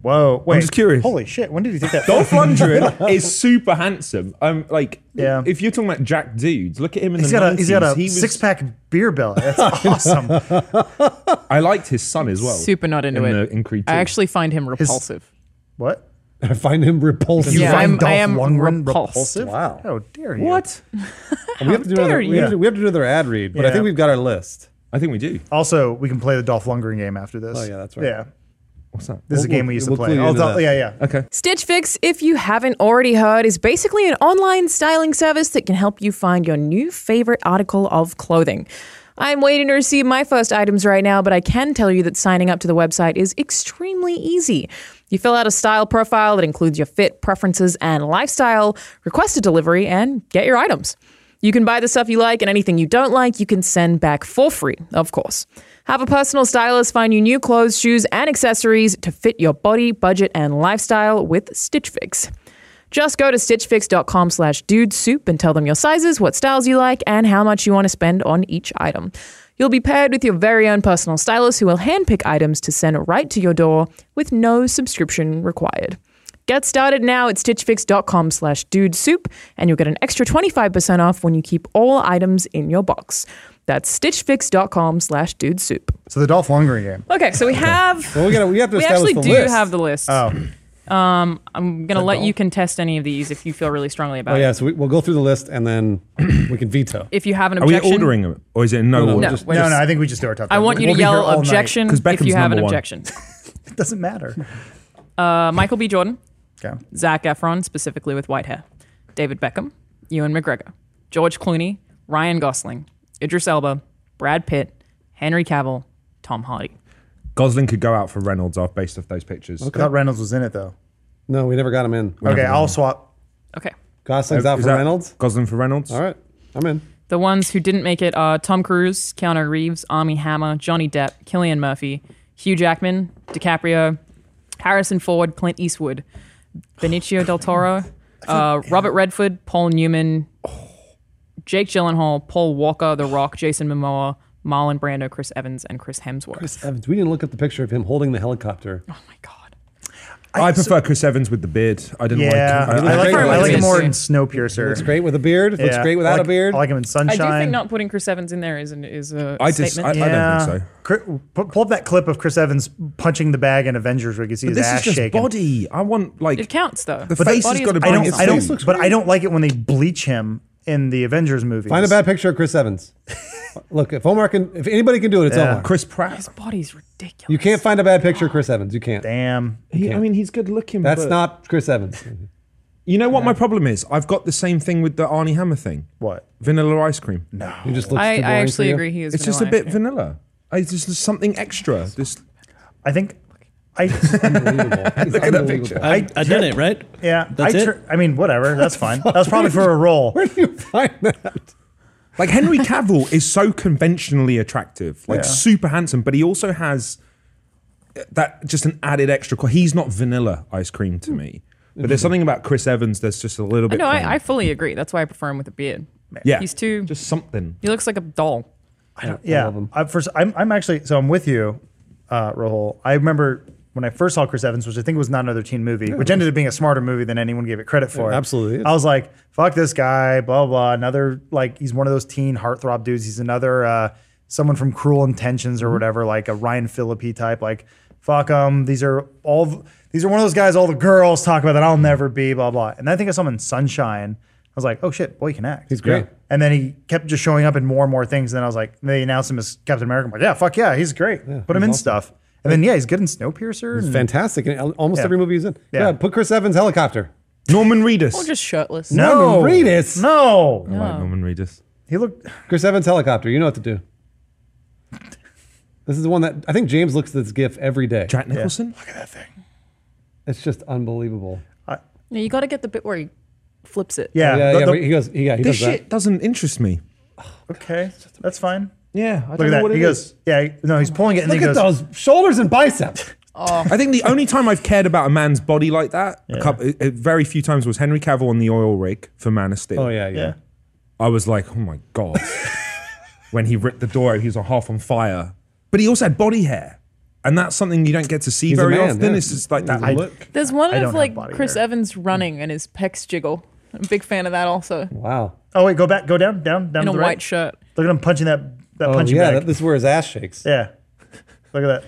S3: Whoa. Wait.
S2: just curious.
S3: Holy shit. When did he take that?
S2: Dolph Lundgren is super handsome. Um, like,
S3: Yeah.
S2: if you're talking about Jack dudes, look at him in
S3: He's
S2: the
S3: got a
S2: 90s.
S3: he's got a
S2: He was-
S3: six pack beer belly. That's awesome.
S2: I liked his son as well.
S1: super not into
S2: in
S1: it.
S2: The, in Creed
S1: I
S2: 2.
S1: actually find him repulsive.
S3: What?
S4: and I find him repulsive.
S3: You
S1: Yeah,
S3: find
S1: I'm- I
S3: Dolph
S1: am
S3: Lundgren
S1: repulsed.
S3: repulsive?
S4: Wow.
S3: How dare you?
S2: What?
S4: we have to do another.
S1: dare
S4: We have
S3: you.
S4: to, we have to do another ad read, but I
S3: Yeah.
S4: think we've got our list.
S2: I think we do.
S3: Also, we can play the Dolph Lundgren game after this.
S4: Oh, yeah, that's right.
S3: Yeah.
S2: What's that?
S3: This is a
S4: We'll-
S3: game we used
S4: we'll
S3: to play.
S4: clue you
S3: Oh,
S4: into
S3: Dolph,
S4: that.
S3: yeah, yeah.
S2: Okay.
S1: Stitch Fix, if you haven't already heard, is basically an online styling service that can help you find your new favorite article of clothing. I'm waiting to receive my first items right now, but I can tell you that signing up to the website is extremely easy. You fill out a style profile that includes your fit, preferences, and lifestyle, request a delivery, and get your items. You can buy the stuff you like, and anything you don't like, you can send back for free, of course. Have a personal stylist find you new clothes, shoes, and accessories to fit your body, budget, and lifestyle with Stitch Fix. Just go to stitchfix.com slash dude soup and tell them your sizes, what styles you like, and how much you want to spend on each item. You'll be paired with your very own personal stylist who will handpick items to send right to your door with no subscription required. Get started now at stitchfix.com slash dude soup, and you'll get an extra 25% off when you keep all items in your box. That's stitchfix.com slash dude soup.
S3: So the Dolph Lundgren game.
S1: Okay, so we have.
S4: Well, we got. We have to
S1: We
S4: establish
S1: actually
S4: the
S1: do
S4: list.
S1: have the list.
S3: Oh.
S1: Um, I'm going to let you contest any of these if you feel really strongly about
S4: Oh
S1: it.
S4: yeah, so we, we'll go through the list and then we can veto.
S1: If you have an
S2: Are we
S1: objection.
S2: ordering them, or is it in no,
S4: No,
S2: order?
S1: No,
S4: Just-
S1: we're
S3: no,
S1: just-
S3: no, I think we just do our top
S1: I
S3: ten.
S1: want you
S3: We'll
S1: to
S3: be here
S1: yell
S3: all night.
S1: objection
S2: 'Cause
S1: if you
S2: Beckham's
S1: have an
S2: number one.
S1: objection.
S3: It doesn't matter.
S1: Uh, Michael B. Jordan,
S3: Okay.
S1: Zach Efron, specifically with white hair, David Beckham, Ewan McGregor, George Clooney, Ryan Gosling, Idris Elba, Brad Pitt, Henry Cavill, Tom Hardy.
S2: Gosling could go out for Reynolds off based off those pictures.
S3: I thought Reynolds was in it though.
S4: No, we never got him in.
S3: Okay, I'll swap.
S1: Okay.
S4: Gosling's out
S2: Is
S4: for
S2: that
S4: Reynolds.
S2: Gosling for Reynolds.
S4: All right, I'm in.
S1: The ones who didn't make it are Tom Cruise, Keanu Reeves, Army Hammer, Johnny Depp, Killian Murphy, Hugh Jackman, DiCaprio, Harrison Ford, Clint Eastwood, Benicio del Toro, uh, Robert Redford, Paul Newman, Jake Gyllenhaal, Paul Walker, The Rock, Jason Momoa, Marlon Brando, Chris Evans, and Chris Hemsworth.
S4: Chris Evans. We didn't look up the picture of him holding the helicopter.
S1: oh my god!
S2: I prefer Chris Evans with the beard. I didn't
S3: Yeah,
S2: like.
S3: I, like him, I like him
S1: Looks
S3: more
S1: great.
S3: in
S4: Looks
S3: Snowpiercer.
S4: great with a beard. Looks
S3: Yeah.
S4: great without
S3: I like-
S4: a beard.
S3: I like him in
S1: I
S3: Sunshine.
S1: do think not putting Chris Evans in there is an, is a
S2: I just-
S1: statement.
S2: I- don't think so.
S3: Cri- pu- pull up that clip of Chris Evans punching the bag in Avengers where you can see his
S2: This
S3: ass
S2: is just
S3: shaking.
S2: body. I want like
S1: it counts though.
S2: The face
S1: body is
S2: has got to be-
S3: I
S1: body
S3: don't.
S2: It's
S1: size.
S3: I
S2: huge.
S3: don't. But I don't like it when they bleach him in the Avengers movies.
S4: Find a bad picture of Chris Evans. look, if Omar can, if anybody can do it, it's
S3: Yeah.
S4: Omar.
S2: Chris Pratt.
S1: Body's ridiculous.
S4: You can't find a bad picture of Chris Evans. You can't.
S3: Damn.
S2: He, I mean, he's good looking.
S4: That's
S2: but-
S4: not Chris Evans.
S2: You know what my problem is? I've got the same thing with the Arnie Hammer thing.
S3: What?
S2: Vanilla ice cream. No,
S4: You just look.
S1: I, I actually agree. He is.
S2: it's just a
S1: vanilla.
S2: bit vanilla. Uh, It's just there's something extra. This
S3: I think. I
S4: Look
S2: at that picture.
S5: I, I did it, right?
S3: yeah.
S5: That's
S3: I,
S5: it?
S3: I mean, whatever. That's fine. That was probably for a role.
S4: Where do you find that?
S2: like Henry Cavill is so conventionally attractive, like
S3: Yeah.
S2: super handsome, but he also has uh, that just an added extra. qu- He's not vanilla ice cream to me. But there's something about Chris Evans that's just a little bit.
S1: No,
S2: funny.
S1: I, I fully agree. That's why I prefer him with a beard.
S2: yeah,
S1: He's too.
S2: just something.
S1: he looks like a doll.
S3: Yeah. I first, I'm, I'm actually, so I'm with you, uh, Rahul. I remember when I first saw Chris Evans, which I think was not another teen movie, which ended up being a smarter movie than anyone gave it credit for.
S4: It absolutely is.
S3: I was like, fuck this guy, blah, blah. Another, like, he's one of those teen heartthrob dudes. He's another, uh, someone from Cruel Intentions
S4: Mm-hmm.
S3: or whatever, like a Ryan Phillippe type. Like, fuck him. These are all, th- these are one of those guys all the girls talk about that I'll never be, blah, blah. And then I think of someone in Sunshine. I was like, oh shit, boy, he can act.
S4: He's great.
S3: And then he kept just showing up in more and more things. And then I was like, they announced him as Captain America. I'm like, yeah, fuck yeah, he's great. Put him in stuff. And then yeah, he's good in Snowpiercer. and-
S4: Fantastic. In almost
S3: Yeah.
S4: every movie he's in. Yeah.
S3: Yeah.
S4: Put Chris Evans helicopter.
S2: Norman Reedus.
S1: Or just oh. shirtless.
S3: no,
S4: Norman Reedus.
S3: No,
S2: I like Norman Reedus.
S3: he looked.
S4: Chris Evans helicopter. You know what to do. This is the one that I think James looks at this GIF every day.
S2: Jack Nicholson.
S4: It's just unbelievable.
S1: No, you got to get the bit where he flips it.
S4: Yeah,
S3: Yeah, the-
S4: yeah.
S3: the-
S4: where he goes. Yeah, he
S2: This
S4: does that.
S2: shit doesn't interest me.
S3: okay, that's fine.
S2: Yeah, I
S3: Look
S2: don't
S3: at
S2: know
S3: that.
S2: what
S3: He
S2: it
S3: goes,
S2: is.
S3: yeah, he- no, he's pulling it and
S4: Look
S3: he
S4: at
S3: goes,
S4: those shoulders and biceps.
S2: I think the only time I've cared about a man's body like that, a couple, a- a very few times, was Henry Cavill on the oil rig for Man of Steel.
S4: Oh yeah, yeah.
S3: yeah.
S2: I was like, oh my god, when he ripped the door, out, he was half on fire. But he also had body hair, and that's something you don't get to see
S4: He's a
S2: very
S4: man,
S2: often.
S4: yeah.
S2: It's just like that
S4: I-
S2: look.
S1: There's one
S3: I don't
S1: of
S3: have
S1: like
S3: body
S1: Chris
S3: hair.
S1: Evans running and his pecs jiggle. I'm a big fan of that also.
S4: Wow.
S3: Oh wait, go back, go down, down, down.
S1: In
S3: to
S1: a
S3: the
S1: white
S3: right.
S1: shirt.
S3: Look at him punching that that
S4: Oh
S3: punching
S4: yeah,
S3: bag.
S4: that, this is where his ass shakes.
S3: yeah, look at that.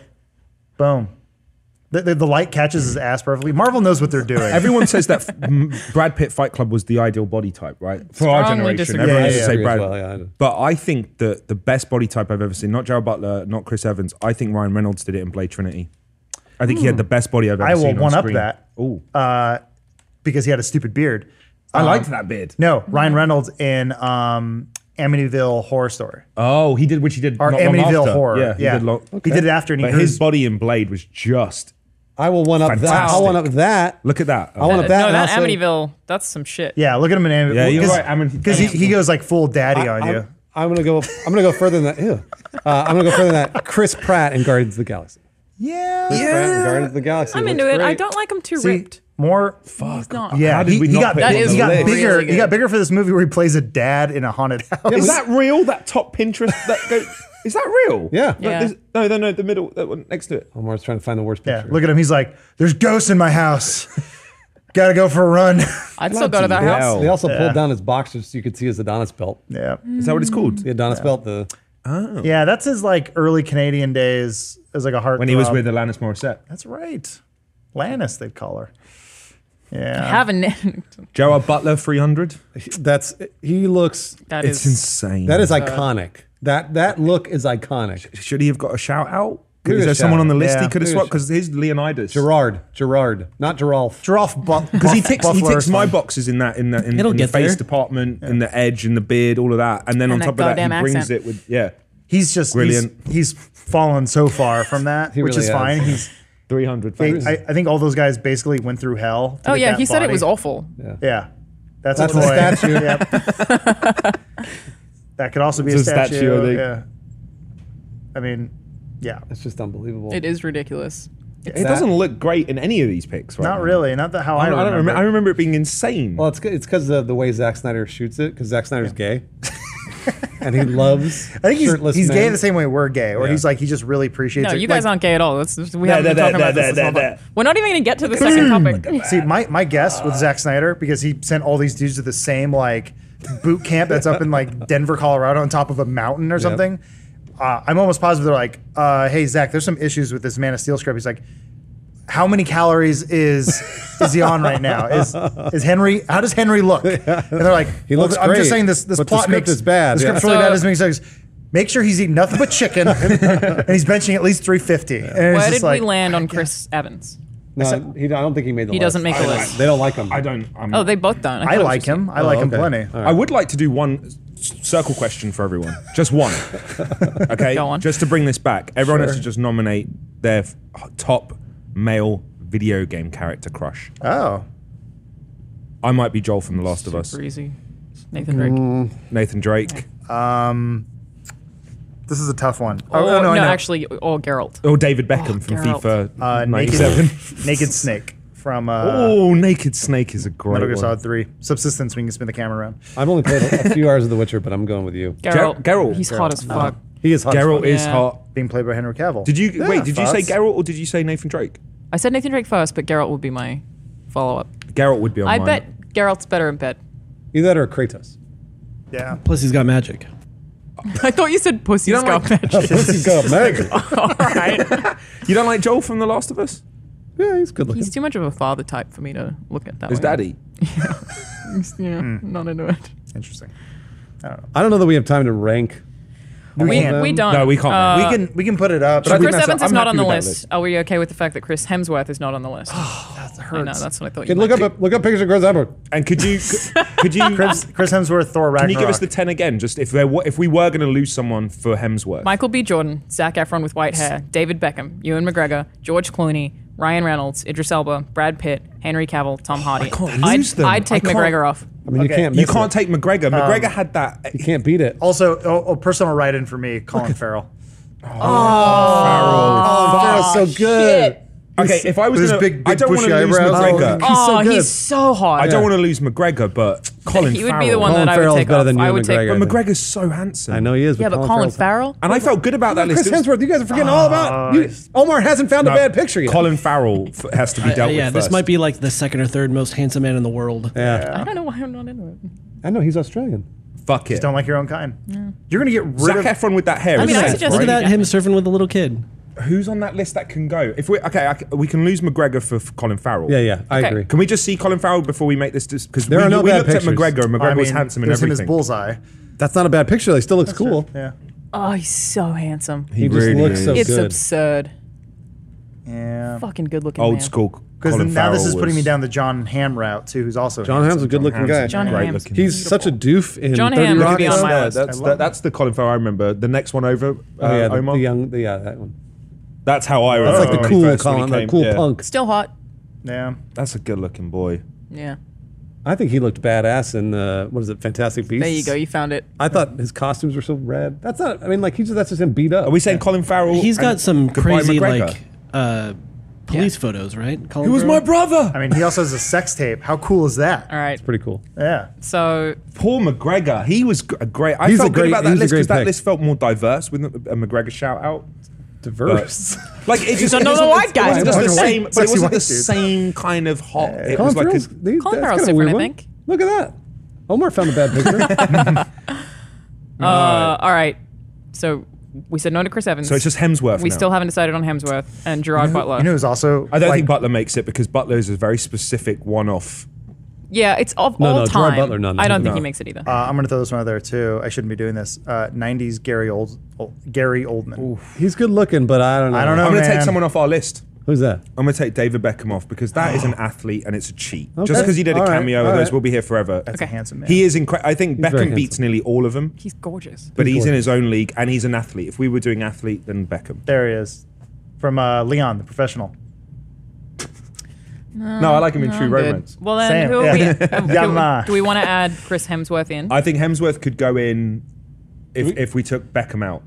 S3: Boom. The, the, the light catches his ass perfectly. Marvel knows what they're doing.
S2: Everyone says that m- Brad Pitt Fight Club was the ideal body type, right? For our
S1: Strongly
S2: generation,
S1: disagree.
S2: everyone
S3: Yeah,
S2: used to
S3: yeah,
S2: say
S4: yeah.
S2: Brad.
S4: Well, yeah, I do.
S2: but I think that the best body type I've ever seen, not Gerald Butler, not Chris Evans. I think Ryan Reynolds did it in Blade Trinity. I think he
S4: Hmm.
S2: had the best body I've ever
S3: I will
S2: seen. on
S3: one up
S2: screen.
S3: that
S2: Ooh,
S3: uh, because he had a stupid beard.
S2: I
S3: Um,
S2: liked that bid.
S3: No, Ryan Reynolds in um, Amityville Horror Story.
S2: Oh, he did, which he did.
S3: Or
S2: not long
S3: Amityville
S2: after.
S3: Horror.
S2: Yeah, he
S3: Yeah.
S2: did. Long,
S3: He did it after and he
S2: but
S3: grew-
S2: his body in Blade was just.
S4: I will one up that. I'll
S2: Fantastic.
S4: one up that.
S2: Look at that.
S4: I want
S1: Uh,
S4: that
S1: no,
S4: and
S1: that
S4: I'll say-
S1: Amityville, that's some shit.
S3: Yeah, look at him in Amityville.
S2: Yeah, you're right, Amity-
S3: Because he, he goes like full daddy on
S4: I'm,
S3: you.
S4: I'm gonna go. I'm gonna go further than that. Ew. Uh, I'm gonna go further than that. Chris Pratt in Guardians of the Galaxy.
S3: Yeah.
S4: Chris Pratt in Guardians of the Galaxy.
S1: I'm
S4: looks
S1: into it. I
S4: great.
S1: don't like him too
S3: See,
S1: ripped.
S3: more.
S1: He's not.
S3: Yeah,
S2: How did
S3: he,
S2: we
S3: he
S2: not
S3: got,
S2: put him
S1: on
S3: he
S1: the
S3: got
S1: list?
S3: bigger.
S1: Really
S3: he got
S1: good.
S3: bigger for this movie where he plays a dad in a haunted house.
S2: Is that real? That top Pinterest? That go, is that real?
S4: Yeah.
S2: Look,
S1: Yeah.
S2: this- No, no, no. The middle, that one next to it.
S4: I'm always trying to find the worst
S3: yeah,
S4: picture.
S3: look at him. He's like, "There's ghosts in my house. Gotta go for a run."
S1: I'd still go to that
S2: Bloody
S1: house.
S2: hell.
S4: They also pulled down his boxers so you could see his Adonis belt.
S3: yeah,
S2: Is that
S1: Mm.
S2: what it's called?
S4: The Adonis belt. The
S3: yeah. That's his like early Canadian days as like a heart.
S2: When he was
S3: throb.
S2: with Alanis Morissette.
S3: That's right, Lannis. They'd call her. Yeah,
S1: Have a name.
S2: Gerard Butler, 300.
S4: that's he looks.
S1: That
S2: It's
S1: is
S2: insane.
S4: That is iconic. That that look is iconic.
S2: Should he have got a shout out? Could,
S4: Give
S2: is
S4: it a
S2: there someone
S4: shout
S2: on the
S4: out.
S2: list he
S3: Yeah.
S2: could have
S4: Give it a
S2: swapped?
S4: shout-
S2: Because his Leonidas.
S4: Gerard, Gerard, not Geralf.
S3: Giraffe Buff
S2: Because he ticks, he ticks my boxes in that in the in,
S5: It'll
S2: in the
S5: get
S2: face
S5: there.
S2: department, in the edge, in the beard, all of that, and then on
S1: that
S2: top of that, he
S1: goddamn
S2: brings
S1: accent.
S2: it with yeah,
S3: He's just
S2: Brilliant.
S3: He's, he's fallen so far from that,
S4: He
S3: which
S4: really
S3: is
S4: has.
S3: fine. He's
S2: three hundred.
S3: they, I, I think all those guys basically went through hell. to
S1: Oh
S3: get
S1: yeah,
S3: that
S1: he said it
S3: body.
S1: was awful.
S3: Yeah, that's,
S4: That's
S3: a,
S4: a
S3: toy.
S4: statue.
S3: Yep. that could also be a
S2: It's a
S3: statue.
S2: statue, I think.
S3: yeah. I mean, yeah,
S4: It's just unbelievable.
S1: It is ridiculous.
S2: it doesn't look great in any of these picks, right?
S3: not
S2: now.
S3: really. Not the how
S2: I
S3: I,
S2: don't, I,
S3: remember.
S2: don't remember. I remember it being insane.
S4: Well, it's it's because of the way Zack Snyder shoots it. Because Zack Snyder's gay, and he loves.
S3: I think he's,
S4: shirtless
S3: he's gay
S4: men.
S3: the same way we're gay, or
S4: Yeah.
S3: he's like he just really appreciates.
S1: No,
S3: it.
S1: you guys
S3: Like,
S1: aren't gay at all. That's just, we
S2: Nah,
S1: haven't been
S2: nah,
S1: talking
S2: nah,
S1: about this.
S2: nah,
S1: this
S2: nah,
S1: whole
S2: nah.
S1: time. We're not even going to get to the second topic.
S3: See, Oh my, my guess with Zack Snyder, because he sent all these dudes to the same like boot camp that's up in like Denver, Colorado, on top of a mountain or something. Uh, I'm almost positive they're like, uh, "Hey Zach, there's some issues with this Man of Steel script." He's like, "How many calories is is he on right now? Is is Henry? How does Henry look?" And they're like,
S4: He
S3: "Well,
S4: looks
S3: I'm
S4: great,
S3: just saying this this
S4: but the
S3: plot
S4: script
S3: makes
S4: is bad,
S3: The
S4: yeah.
S3: script's really bad.
S1: So-
S3: Doesn't make sense." Make sure he's eating nothing but chicken, and he's benching at least 350. And it's
S1: Where
S3: just
S1: did
S3: like-
S1: we land on Chris Evans?
S4: No, he, I don't think he made the.
S1: He
S4: list.
S1: doesn't make the
S2: I-
S1: list.
S4: They don't like him.
S2: I don't. I'm,
S1: Oh, they both don't.
S3: I
S1: thought it
S3: like
S1: was
S3: him. I like him
S4: Oh, okay.
S3: plenty.
S2: I would like to do one s- circle question for everyone. Just one. Okay.
S1: Go on.
S2: Just to bring this back, everyone has to just nominate their f- top male video game character crush.
S3: Oh,
S2: I might be Joel from The Last of
S1: just
S2: Us. Mm.
S1: Super easy. Nathan Drake.
S2: Nathan Drake.
S3: Um, this is a tough one.
S1: Or,
S3: Oh, no,
S1: no,
S3: no,
S1: actually, or Geralt.
S2: Oh, David Beckham
S1: Oh,
S2: from
S1: Geralt.
S2: FIFA
S3: uh, naked,
S2: 97.
S3: naked snake from uh,
S2: oh, Naked Snake is a great
S3: Metal Gear
S2: one.
S3: Solid Three. Subsistence. We can spin the camera around.
S4: I've only played a, a few hours of The Witcher, but I'm going with you.
S1: Geralt.
S2: Geralt. Uh-huh.
S1: He's hot as fuck.
S4: He is hot. as
S2: Geralt
S4: fuck.
S2: is
S1: Yeah.
S2: hot.
S3: Being played by Henry Cavill.
S2: Did you
S3: Yeah,
S2: wait? Did you say
S3: Fox.
S2: Geralt or did you say Nathan Drake?
S1: I said Nathan Drake first, but Geralt would be my follow up.
S2: Geralt would be on
S1: I
S2: mine.
S1: bet Geralt's better in bed.
S4: Either that or Kratos.
S3: Yeah.
S5: Plus, he's got magic.
S1: I thought you said pussy
S2: You
S1: scum
S2: don't like-
S1: magic.
S4: Pussy's got magic.
S1: All right.
S2: You don't like Joel from The Last of Us?
S4: Yeah, he's good looking.
S1: He's too much of a father type for me to look at that.
S2: His
S1: way.
S2: daddy. Hmm.
S1: He's, you know, not into it.
S3: Interesting.
S4: I don't know that we have time to rank.
S1: We,
S3: can't.
S1: we don't.
S2: No, we can't, man.
S1: Uh,
S3: we can we can put it up.
S2: I think
S1: Chris
S2: that's-
S1: Evans is
S2: I'm
S1: not on
S2: happy
S1: the
S2: with that
S1: list.
S2: list.
S1: Are we okay with the fact that Chris Hemsworth is not on the list?
S2: Oh,
S3: that
S1: I know,
S3: hurts.
S1: that's what I thought. You
S4: Kid, look
S1: might.
S4: up look up pictures of Chris Evans.
S2: And could you could you
S3: Chris, Chris Hemsworth, Thor Ragnarok.
S2: Can you give us the ten again? Just if there, wa- if we were going to lose someone for Hemsworth,
S1: Michael B. Jordan, Zach Efron with white hair, David Beckham, Ewan McGregor, George Clooney, Ryan Reynolds, Idris Elba, Brad Pitt, Henry Cavill, Tom Hardy.
S2: can't
S1: would
S2: lose them.
S1: I'd take
S2: I can't-
S1: McGregor off.
S4: I mean, you can't
S2: you
S4: miss
S2: can't
S4: it.
S2: take McGregor. McGregor had that.
S4: you can't beat it.
S3: Also, oh, oh, personal write-in for me, Colin Farrell.
S4: Oh, so good.
S2: okay, if I was
S3: With his
S2: gonna,
S3: big-
S2: I
S3: big
S2: don't want
S3: bushy
S2: to lose
S3: eyebrows.
S2: McGregor.
S3: He's so
S1: oh,
S3: good.
S1: he's so hot.
S2: I don't want to lose McGregor, but Colin
S1: He would
S2: Farrell.
S1: be the one
S4: Colin
S1: that
S4: Farrell's
S1: I would take
S4: better
S1: off.
S4: than
S1: I
S4: Ewan
S1: would take.
S4: McGregor.
S2: But McGregor's so handsome.
S4: I know he is.
S1: Yeah, but Colin Farrell.
S2: and I felt good about that
S4: Chris
S2: list. It was-
S4: Hemsworth, you guys are forgetting all about. You, Omar hasn't found the
S2: No,
S4: bad picture yet.
S2: Colin Farrell f- has to be dealt
S5: Uh, yeah,
S2: with
S5: this
S2: first.
S5: might be like the second or third most handsome man in the world.
S4: Yeah,
S1: I don't know why I'm not into it.
S4: I know he's Australian.
S2: Fuck it.
S3: Don't like your own kind. You're gonna get rid
S2: Zac
S3: of.
S2: Efron with that hair.
S1: I
S2: is
S1: mean, I
S2: safe,
S1: suggest-
S5: Look
S1: Right.
S5: at that, him surfing with a little kid.
S2: who's on that list that can go? If we okay, I c we can lose McGregor for, for Colin Farrell.
S4: Yeah, yeah, I
S1: Okay.
S4: agree.
S2: Can we just see Colin Farrell before we make this? Because
S4: There
S2: we,
S4: are no
S2: we
S4: bad
S2: looked at
S4: pictures.
S2: McGregor and McGregor
S3: I
S2: was
S3: mean,
S2: handsome and
S3: there's him
S2: everything.
S3: as bullseye.
S4: That's not a bad picture. He still looks cool.
S3: Yeah.
S1: Oh, he's so handsome.
S4: He just
S2: really
S4: looks so
S2: is.
S1: It's
S4: good.
S1: absurd.
S3: Yeah.
S1: Fucking good looking.
S2: Old
S1: man.
S2: school.
S3: Because
S2: Colin
S3: now this
S2: Farrell
S3: is putting me
S2: was-
S3: down the John Ham route too, who's also
S4: John Hamm's a good-looking guy.
S1: John
S2: Great
S1: Ham's
S2: looking.
S4: He's such a doof in
S1: John
S4: 30
S1: Hamm
S4: Rock.
S1: could be on
S4: is-
S1: my
S2: Yeah,
S1: list.
S2: That's,
S3: I
S2: that,
S3: love
S2: that's the Colin Farrell I remember. The next one over, uh,
S4: Oh, yeah, the,
S2: Omar.
S4: the young, the, yeah, that one.
S2: That's how I
S4: That's
S2: remember.
S4: like the
S2: when he
S4: cool
S2: first- when he
S4: Colin, the
S2: came.
S4: cool
S2: Yeah.
S4: punk.
S1: Still hot.
S3: Yeah.
S2: That's a good looking boy.
S1: Yeah.
S4: I think he looked badass in uh, what is it, Fantastic Beasts?
S1: There you go. You found it.
S4: I thought his costumes were so red. That's not. I mean, like he's just, that's just him beat up.
S2: Are we saying Colin Farrell?
S5: He's got
S2: and
S5: some
S2: goodbye
S5: crazy
S2: McGregor?
S5: like uh, police photos, right? Colin
S2: He was my
S5: Farrell?
S2: brother.
S3: I mean, he also has a sex tape. How cool is that?
S1: All right.
S4: pretty cool.
S3: Yeah.
S1: So
S2: Paul McGregor. He was g- a great. I
S4: He's
S2: felt
S4: a great-
S2: good about that
S4: he's a
S2: list
S4: great
S2: because that
S4: pick.
S2: list felt more diverse with a McGregor shout out.
S4: Diverse.
S2: Like it just
S1: another
S2: it wasn't-
S1: white
S2: it
S1: guy.
S2: wasn't just the
S3: Another white-
S2: same, but it
S3: sexy
S2: wasn't the
S3: white dude.
S2: same kind of hot. It
S4: Colin
S2: was like
S4: Farrell's,
S2: a,
S4: they-
S1: Colin
S4: that's
S1: Farrell's
S4: kinda a weird
S1: different, I
S4: one.
S1: think.
S4: Look at that. Omar found a bad picture.
S1: Uh, all right. So we said no to Chris Evans.
S2: so it's just Hemsworth.
S1: we
S2: Oh, now.
S1: still haven't decided on Hemsworth and Gerard Butler.
S3: You know who's also
S2: I don't
S3: like,
S2: think Butler makes it because Butler is a very specific one-off.
S1: yeah, it's of
S4: No,
S1: all
S4: no, Gerard
S1: time.
S4: Butler, no, no,
S1: I don't think
S2: no.
S1: he makes it either.
S3: uh, I'm gonna throw this one out there too. I shouldn't be doing this. Uh, 90s Gary Old, Old Gary Oldman.
S4: he's good looking, but I don't know.
S3: I don't know.
S2: I'm going to take
S3: man.
S2: someone off our list.
S4: Who's that?
S2: I'm going to take David Beckham off because that is an athlete and it's a cheat. Just
S4: Okay.
S2: because he did a
S4: All right,
S2: cameo,
S4: all
S2: those
S4: right.
S2: will be here forever.
S3: That's a
S1: Okay.
S3: handsome man.
S2: He is incredible. I think
S4: very
S2: Beckham beats
S4: handsome.
S2: nearly all of them,
S1: He's gorgeous.
S2: but he's in
S4: gorgeous.
S2: his own league and he's an athlete. If we were doing athlete, then Beckham.
S3: there he is. From uh, Leon, the professional.
S2: no, I like him in True
S1: I'm good.
S2: Romance.
S1: Well then,
S3: Same.
S1: who are
S3: Yeah.
S1: we? uh,
S3: Yeah,
S1: do,
S3: nah.
S1: we, do we want to add Chris Hemsworth in?
S2: I think Hemsworth could go in if, if we took Beckham out.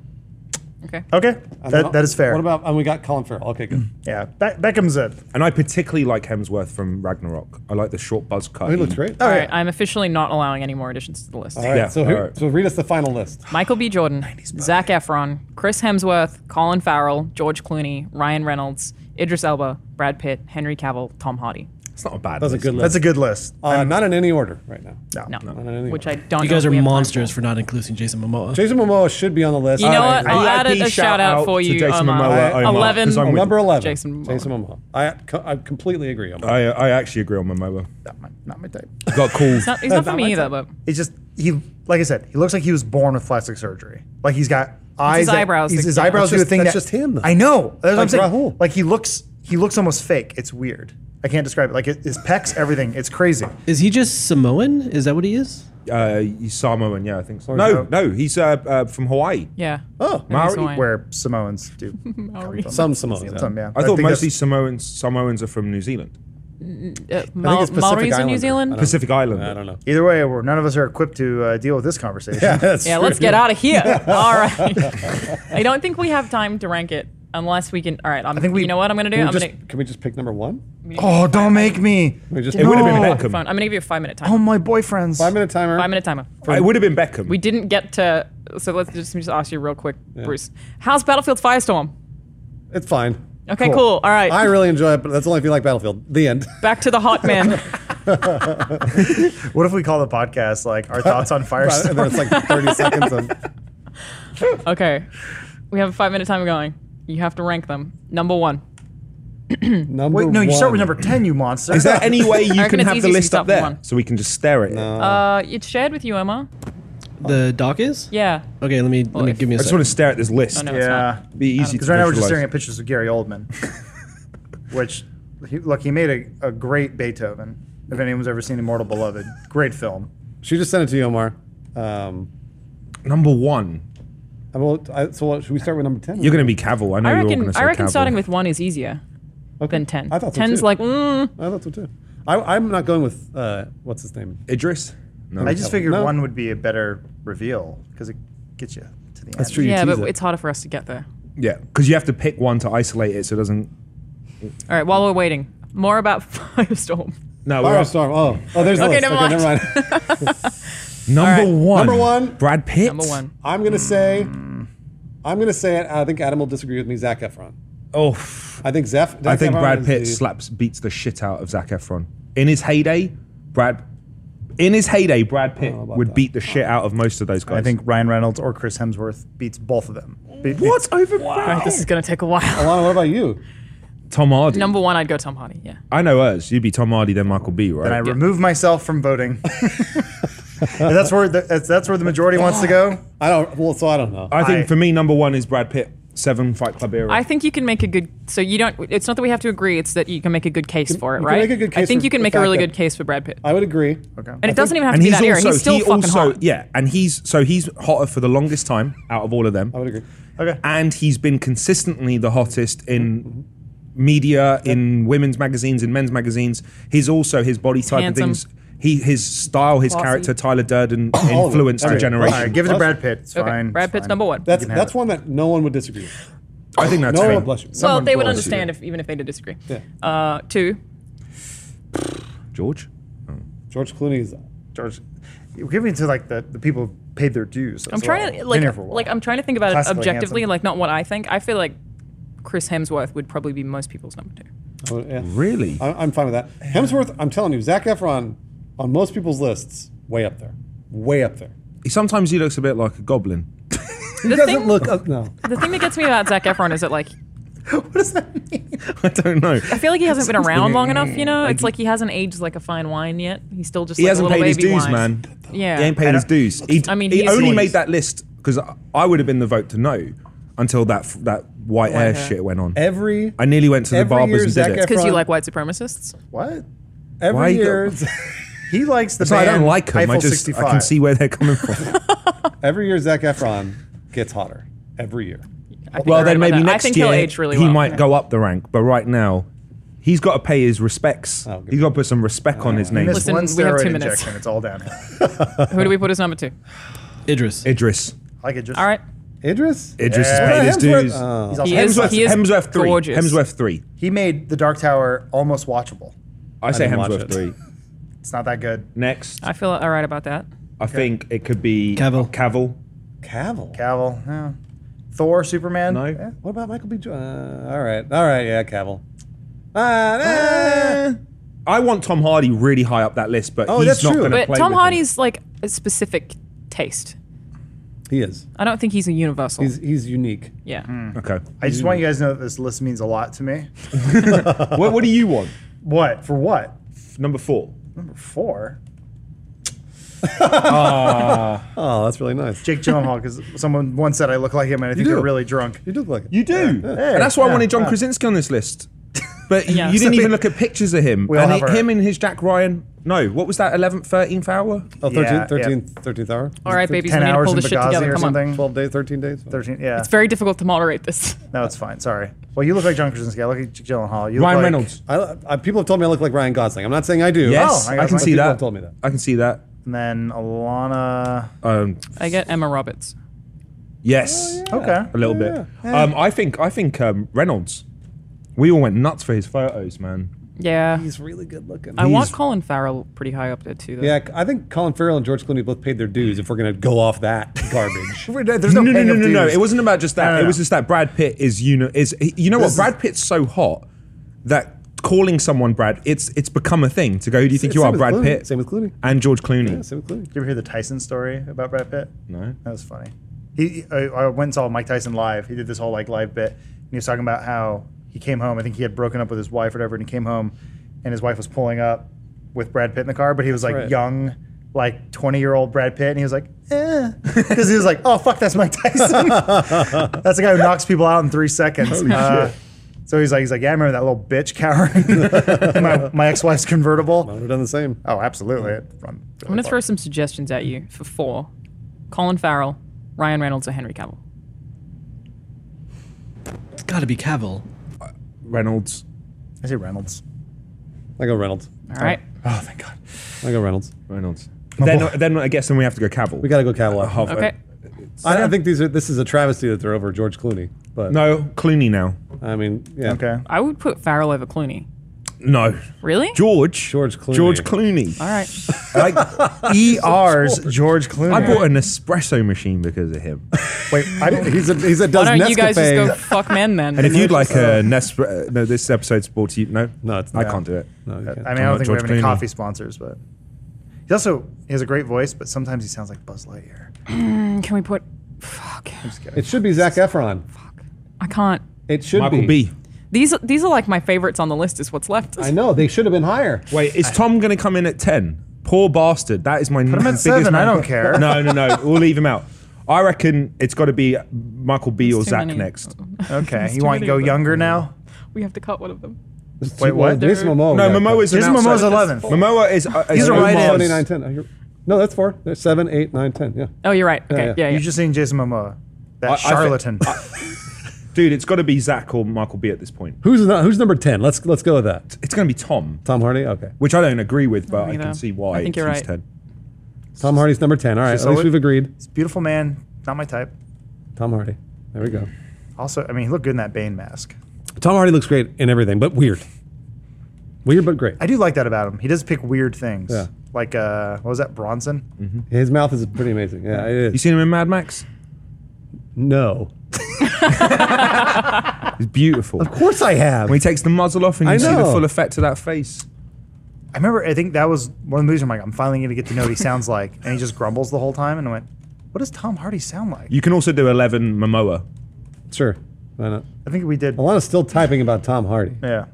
S1: okay.
S3: Okay. That, that is fair.
S4: What about? And we got Colin Farrell. Okay, good.
S3: yeah. Be- Beckham's a
S2: And I particularly like Hemsworth from Ragnarok. I like the short buzz cut.
S4: Oh, he looks great.
S1: all right. I'm officially not allowing any more additions to the list.
S4: All right.
S2: Yeah,
S4: so, who,
S2: all right.
S4: so read us the final list.
S1: Michael B. Jordan, Zach Efron, Chris Hemsworth, Colin Farrell, George Clooney, Ryan Reynolds, Idris Elba, Brad Pitt, Henry Cavill, Tom Hardy.
S2: It's not a bad.
S4: That's a
S2: list.
S4: good list.
S3: that's a good list.
S4: Uh, not in any order right now.
S3: No.
S1: No,
S4: in any
S1: which I
S4: order.
S1: don't.
S5: You
S1: know
S5: guys
S1: if
S5: are
S1: we have time
S5: monsters
S1: for.
S5: for not including Jason Momoa.
S4: Jason Momoa should be on the list. Uh,
S1: You know
S4: I
S1: what?
S4: agree.
S1: I'll
S2: VIP
S1: add it- a shout
S2: shout
S1: out
S2: out
S1: for
S2: to
S1: you,
S2: Jason
S1: Omar.
S2: Momoa, Omar,
S1: 11.
S2: 'cause I'm with
S4: Number
S2: you.
S4: eleven.
S1: Jason Momoa.
S4: Jason Momoa. I co- I completely agree on that.
S2: I, I actually agree on Momoa.
S3: Not my, not my type.
S2: Got cool.
S1: Not- He's not for me either, but
S3: It's just he, like I said, he looks like he was born with plastic surgery. Like he's got eyes, that-
S1: eyebrows
S3: He's, his
S1: that-
S4: That's
S3: eyebrows do a
S4: just-
S3: thing.
S4: that's
S3: that-
S4: just him, though.
S3: I know. That's what I'm
S4: Like
S3: saying.
S4: Rahul.
S3: Like he looks, he looks almost fake. It's weird. I can't describe it. Like it, his pecs, everything. It's crazy.
S5: Is he just Samoan? Is that what he is?
S2: Uh, he's Samoan, yeah, I think so.
S4: Or
S2: No,
S4: is that-
S2: no, he's uh, uh, from Hawaii.
S1: yeah. Uh,
S4: Oh,
S1: Maybe he's
S2: Maori
S1: Hawaiian.
S3: Where Samoans do. come
S1: Maori.
S3: from.
S4: some Samoans.
S3: Some, yeah.
S2: I thought
S3: think
S2: most of these
S3: that's-
S2: Samoans Samoans are from New Zealand,
S1: Uh, Mal-
S4: it's Pacific
S1: Maori's in
S4: Islander.
S1: New
S4: I
S1: Zealand.
S4: don't-
S2: Pacific Island.
S4: I don't know.
S3: Either way, we're, none of us are equipped to uh, deal with this conversation.
S4: that's
S1: Yeah,
S4: true.
S1: let's get out of here. All right. I don't think we have time to rank it unless we can. All right. I'm,
S3: think we-
S1: you know what I'm going to do?
S4: Can
S1: I'm
S4: we, just,
S1: going
S4: can we just pick number one?
S3: Oh, don't make me.
S4: Can we just
S1: to.
S2: It would have been
S3: No.
S2: Beckham.
S1: I'm going to give you a five minute
S3: Oh,
S1: timer.
S3: my boyfriends.
S4: five minute timer.
S1: Five minute timer.
S2: Uh, It would have been Beckham.
S1: We didn't get to. So let's just, just ask you real quick, Bruce. How's Battlefield Firestorm?
S4: It's fine.
S1: Okay, cool. All right.
S4: I really enjoy it, but that's only if you like Battlefield. The end.
S1: Back to the hot man.
S3: What if we call the podcast like our thoughts on
S4: and then
S3: Firestorm?
S4: it's like 30 seconds of.
S1: okay. We have a five minute time going. You have to rank them. Number one.
S4: Number
S3: Wait, no, you start with
S4: one.
S3: number ten, you monster.
S2: Is there any way
S1: I
S2: you
S1: reckon
S2: can
S1: it's
S2: have
S1: easy
S2: the
S1: if you
S2: list
S1: start
S2: up
S1: with
S2: there
S1: one.
S2: so we can just stare at it?
S1: Uh, it's shared with you, Emma.
S5: The doc is?
S1: Oh. Yeah.
S5: Okay, let me let me
S1: if-
S5: give me
S2: I
S5: a
S2: just
S5: second.
S2: want to stare at this list.
S1: Oh, no, it's not.
S3: Yeah.
S2: Be easy
S3: Because
S2: to
S3: right now we're just
S2: visualize.
S3: staring at pictures of Gary Oldman, which he, look he made a, a great Beethoven. If anyone's ever seen Immortal Beloved, great film.
S4: She just sent it to you, Omar. Um,
S2: Number one,
S4: I will, I, so what, should we start with number 10?
S2: you're going to be Cavill. I know
S1: I
S2: you're all going
S1: reckon.
S2: to say
S1: I reckon
S2: Cavill.
S1: starting with one is easier than ten.
S4: I thought so
S1: Ten's
S4: too.
S1: like, mm,
S4: I thought so too. I, I'm not going with, uh, what's his name?
S2: Idris. No,
S3: I just figured
S4: No.
S3: one would be a better reveal because it gets you to the end.
S4: That's true. You
S1: yeah,
S4: tease
S1: but
S4: it.
S1: it's harder for us to get there.
S2: yeah, because you have to pick one to isolate it so it doesn't.
S1: All right. While we're waiting, more about Firestorm.
S2: No, we're up.
S4: Firestorm. Oh, oh, there's the
S1: Okay,
S4: list.
S1: never mind.
S4: never mind.
S2: number
S1: All right.
S2: one.
S4: Number one.
S2: Brad Pitt.
S1: Number one.
S4: I'm going to say, I'm going to say it. I think Adam will disagree with me, Zach Efron.
S2: Oh,
S4: I think Zeph.
S2: I think Brad Pitt
S4: slapped.
S2: slaps beats the shit out of Zac Efron in his heyday. Brad, in his heyday, Brad Pitt
S4: know about
S2: would
S4: that.
S2: beat the shit out of most of those guys.
S3: I think Ryan Reynolds or Chris Hemsworth beats both of them. Be- be-
S2: What's over
S1: This is gonna take a while.
S4: Alana, what about you?
S2: Tom Hardy.
S1: Number one, I'd go Tom Hardy. Yeah.
S2: I know us. You'd be Tom Hardy, then Michael B, right?
S3: And I remove myself from voting. And that's where the, that's, that's where the majority wants to go.
S4: I don't. Well, so I don't know.
S2: I think
S3: I-
S2: for me, number one is Brad Pitt, seven Fight Club era.
S1: I think you can make a good. So you don't. It's not that we have to agree. It's that you can make a good case for it,
S4: you can
S1: right?
S4: make a good
S1: I
S4: case
S1: think
S4: for
S1: you can
S4: the
S1: make a
S4: fact
S1: really
S4: that-
S1: good case for Brad Pitt.
S4: I would agree.
S3: Okay.
S1: And it doesn't even have to
S2: and
S1: be
S2: he's
S1: that
S2: also
S1: era. He's still
S2: he
S1: fucking
S2: also
S1: hot.
S2: yeah, and he's so he's hotter for the longest time out of all of them.
S4: I would agree.
S3: Okay.
S2: and he's been consistently the hottest in media, in women's magazines, in men's magazines. He's also his body type
S1: handsome.
S2: and things. He his style, his
S1: Bossy.
S2: character, Tyler Durden influenced
S4: All
S2: the
S4: right.
S2: generation.
S3: All right, give it to
S4: Awesome.
S3: Brad Pitt. It's
S1: Okay.
S3: fine.
S1: Brad
S3: it's
S1: Pitt's
S3: fine.
S1: number one.
S4: That's
S3: can have
S4: that's
S3: it.
S4: one that no one would disagree. With.
S2: I think that's
S4: No
S2: fair.
S4: one, bless you.
S1: well,
S3: Someone
S1: they would
S3: bless you.
S1: understand if even if they did disagree.
S4: Yeah.
S1: Uh, two.
S2: George.
S4: George Clooney is.
S3: George, you're giving it to like the, the people who paid their dues.
S1: I'm trying to like like I'm trying to think about it
S3: Classically
S1: objectively,
S3: handsome.
S1: like not what I think. I feel like Chris Hemsworth would probably be most people's number two.
S4: I would- yeah.
S2: Really?
S4: I- I'm fine with that. Hemsworth, I'm telling you, Zach Efron on most people's lists, way up there, way up there.
S2: Sometimes he looks a bit like a goblin.
S4: He
S1: The
S4: doesn't
S1: thing-
S4: look up. No,
S1: The thing that gets me about Zach Efron is that like
S3: what does that mean?
S2: I don't know.
S1: I feel like he hasn't been around long enough. You know, it's like he hasn't aged like a fine wine yet. He's still just
S2: He
S1: like, a
S2: hasn't
S1: little
S2: paid his
S1: baby
S2: dues,
S1: wine.
S2: man.
S1: Yeah.
S2: He ain't paid his dues. He,
S1: I mean,
S2: he,
S1: he is
S2: only
S1: who he
S2: made
S1: is.
S2: that list because I would have been the vote to no until that f- that white
S1: White
S2: hair
S1: hair.
S2: shit went on.
S4: every
S2: I nearly went to the
S4: every
S2: barbers
S4: year
S2: and did
S4: Zac
S2: it.
S1: because you
S4: Efron-
S1: like white supremacists.
S3: What?
S4: every
S2: Why you
S4: year.
S2: go-
S3: He likes the
S2: So I
S3: band.
S2: don't like him. I
S3: Eiffel
S2: just
S3: 65.
S2: I can see where they're coming from.
S4: every year, Zach Efron gets hotter every year.
S1: I think
S2: well,
S1: you're
S2: then
S1: right about
S2: maybe
S1: that.
S2: next
S1: I think
S2: year
S1: he'll age really
S2: he
S1: well.
S2: might go up the rank, but right now he's got to pay his respects.
S4: Oh, good Uh,
S2: he's got to put some respect on his name.
S3: Miss
S1: Listen,
S3: one
S1: we have
S3: steroid
S1: two minutes.
S3: injection. It's all downhill.
S1: Who do we put as number two?
S5: Idris.
S2: Idris.
S3: I could just.
S1: All right,
S4: Idris.
S2: Idris
S3: Yeah.
S2: has paid his
S4: Hemsworth-
S2: dues.
S4: Oh.
S3: He's also
S1: He is-
S2: Hemsworth,
S1: he is
S2: Hemsworth three.
S1: gorgeous.
S2: Hemsworth three.
S3: He made the Dark Tower almost watchable.
S2: I say
S4: didn't watch
S2: Hemsworth
S4: it.
S2: three.
S3: It's not that good.
S2: Next,
S1: I feel all right about that.
S2: I think it could be
S5: Cavill.
S2: Cavill.
S4: Cavill.
S3: Cavill, yeah. Thor, Superman.
S2: No.
S3: yeah.
S4: What about Michael B. Jo- Uh, all right, all right, yeah, Cavill. Uh,
S2: I want Tom Hardy really high up that list, but
S4: Oh,
S2: he's
S4: that's
S2: not
S4: true.
S2: going to
S1: But
S2: play.
S1: Tom
S2: with him.
S1: Hardy's like a specific taste.
S4: he is.
S1: I don't think he's a universal.
S4: He's he's unique.
S1: yeah.
S2: Okay.
S3: I just want you guys to know that this list means a lot to me.
S2: what, what do you want?
S3: What? For what?
S2: Number four.
S3: Number four.
S4: Oh, that's really nice.
S3: Jake Gyllenhaal, because someone once said I look like him, and I think
S4: do.
S3: they're really drunk.
S4: You do look like it.
S2: You do. and that's why I wanted John Krasinski on this list. But y-
S1: Yeah.
S2: you didn't
S1: So
S2: even look at pictures of him.
S3: We all
S2: And
S3: have
S2: he-
S3: our-
S2: him and his Jack Ryan. No, what was that? 11th, 13th hour?
S4: Oh, 13th,
S3: Yeah,
S4: 13th, 13th hour?
S1: All right, babies, we
S3: Ten
S1: need to
S3: hours
S1: pull
S3: in
S1: this shit
S3: Benghazi
S1: together.
S3: or
S1: Come on.
S3: something.
S4: 12 days, 13 days?
S3: Thirteen. Yeah.
S1: It's very difficult to moderate this.
S3: no, it's fine. Sorry. Well, you look like John Krasinski. I look like Jake Gyllenhaal. You look
S2: Ryan
S3: like-
S2: Reynolds.
S4: I, I, people have told me I look like Ryan Gosling. I'm not saying Oh, I do.
S2: Yes,
S3: I
S2: I,
S3: got
S2: can
S3: mine.
S2: see
S4: People
S2: that.
S4: have told me that.
S2: I can see that.
S3: And then Alana.
S2: Um,
S1: I get Emma Roberts.
S2: yes,
S3: Okay.
S2: a little bit. Um, I think I think um, Reynolds. We all went nuts for his photos, man.
S1: Yeah.
S4: He's really good looking.
S1: I want
S2: he's-
S1: Colin Farrell pretty high up there too. Though.
S4: yeah, I think Colin Farrell and George Clooney both paid their dues if we're going to go off that garbage.
S3: We're- There's no
S2: no, no,
S3: paying
S2: no,
S3: of
S2: no, no.
S3: dues.
S2: It wasn't about just that.
S3: No, no,
S2: It was
S3: no.
S2: just that Brad Pitt is you know is he- you know
S3: This is-
S2: what Brad Pitt's so hot that calling someone Brad it's it's become a thing to go. Who do you think
S4: It's
S2: you
S4: same
S2: are,
S4: with
S2: Brad
S4: Clooney.
S2: Pitt?
S4: Same with Clooney.
S2: and George Clooney.
S4: Yeah, same with Clooney.
S3: Did you ever hear the Tyson story about Brad Pitt?
S2: No.
S3: That was funny. He, I, I went and saw Mike Tyson live. He did this whole like live bit, and he was talking about how he came home. I think he had broken up with his wife or whatever, and he came home, and his wife was pulling up with Brad Pitt in the car, but he was like
S4: Right.
S3: young, like twenty year old Brad Pitt, and he was like, eh, because he was like, oh fuck, that's Mike Tyson. that's the guy who knocks people out in three seconds. Uh, so he's like, he's like, yeah, I remember that little bitch cowering in my, my ex wife's
S4: I
S3: convertible.
S4: would have done the same.
S3: Oh, absolutely. I'm
S1: I'm gonna throw some suggestions at you for four: Colin Farrell, Ryan Reynolds, or Henry Cavill.
S5: It's got to be Cavill.
S2: Reynolds.
S3: I say Reynolds.
S4: I go Reynolds.
S1: All right.
S2: Oh, thank God.
S4: I go Reynolds.
S2: Reynolds. Then, then I guess then we have to go Cavill.
S4: We got to go Cavill.
S2: Uh, half-
S1: Okay.
S4: I, I think these are this is a travesty that they're over George Clooney. But
S2: No, Clooney now.
S4: I mean, yeah.
S3: Okay.
S1: I would put Farrell over Clooney.
S2: No.
S1: Really?
S2: George.
S4: George Clooney.
S2: George Clooney.
S1: All right.
S2: like, E
S3: ER's George Clooney.
S2: I bought an espresso machine because of him.
S3: Wait, I don't.
S4: He's a he's a does
S1: Why don't you guys just
S4: Nescafe-
S1: go fuck men then?
S2: And if you'd like a Nespresso, no, this episode's brought to you. No,
S4: No, it's
S2: I
S4: not.
S2: can't do it.
S4: No, you can't.
S3: I mean, I don't
S2: about
S3: think we
S2: George
S3: have any
S2: Clooney.
S3: coffee sponsors, but he also he has a great voice, but sometimes he sounds like Buzz Lightyear.
S1: Can Mm, we put? Okay.
S4: It should be Zach Efron.
S1: I can't.
S4: It should
S2: Michael
S4: be.
S2: B.
S1: These these are like my favorites on the list. Is what's left.
S4: I know they should have been higher.
S2: Wait, is Tom going to come in at 10? Poor bastard. That is my Put
S3: him at seven, I don't care.
S2: No, no, no. We'll leave him out. I reckon it's got to be Michael B or
S1: too
S2: Zach
S1: many. Oh.
S2: next.
S3: Okay,
S1: There's
S3: you
S1: too
S3: want to
S1: many
S3: go
S1: of them.
S3: younger now?
S1: We have to cut one of them.
S4: Wait,
S3: what?
S4: Jason Momoa.
S2: No,
S4: Oh, yeah,
S2: Momoa is an
S3: Jason Momoa's
S2: outsider.
S3: 11.
S2: Momoa is. Uh,
S3: These
S2: is
S3: are
S2: an
S3: right
S2: homage.
S4: Seven, eight, nine, ten. Are you- No, that's four. There's seven, eight, nine, ten. Yeah.
S1: Oh, you're right. Okay.
S4: yeah.
S1: Yeah. yeah,
S3: You just seen Jason Momoa, that
S2: I- I thi-
S3: charlatan.
S2: Dude, it's got to be Zach or Michael B at this point.
S4: Who's not, who's number ten? Let's let's go with that.
S2: It's going to be Tom,
S4: Tom Hardy. Okay.
S2: which I don't agree with, but
S1: don't
S2: I can
S1: either.
S2: see why.
S1: I think you're
S2: he's
S1: right.
S2: 10.
S4: Tom Hardy's number ten. All right.
S3: Is
S4: At
S3: it
S4: least
S3: solid?
S4: we've agreed.
S3: He's a beautiful man, not my type.
S4: Tom Hardy. There we go.
S3: Also, I mean, he looked good in that Bane mask.
S4: Tom Hardy looks great in everything, but weird. Weird but great.
S3: I do like that about him. He does pick weird things.
S4: Yeah.
S3: Like, uh, what was that, Bronson?
S2: Mm.
S4: His mouth is pretty amazing. Yeah, it
S2: You
S4: is.
S2: seen him in Mad Max?
S4: No.
S2: He's beautiful.
S4: Of course I have.
S2: When he takes the muzzle off and
S4: I
S2: you see the
S4: know.
S2: full effect of that face.
S3: I remember, I think that was one of the movies where I'm like, I'm finally going to get to know what he sounds like. And he just grumbles the whole time. And I went, what does Tom Hardy sound like?
S2: You can also do 11 Momoa.
S4: Sure. Why not?
S3: I think we did.
S4: Alana's still typing about Tom Hardy.
S3: Yeah.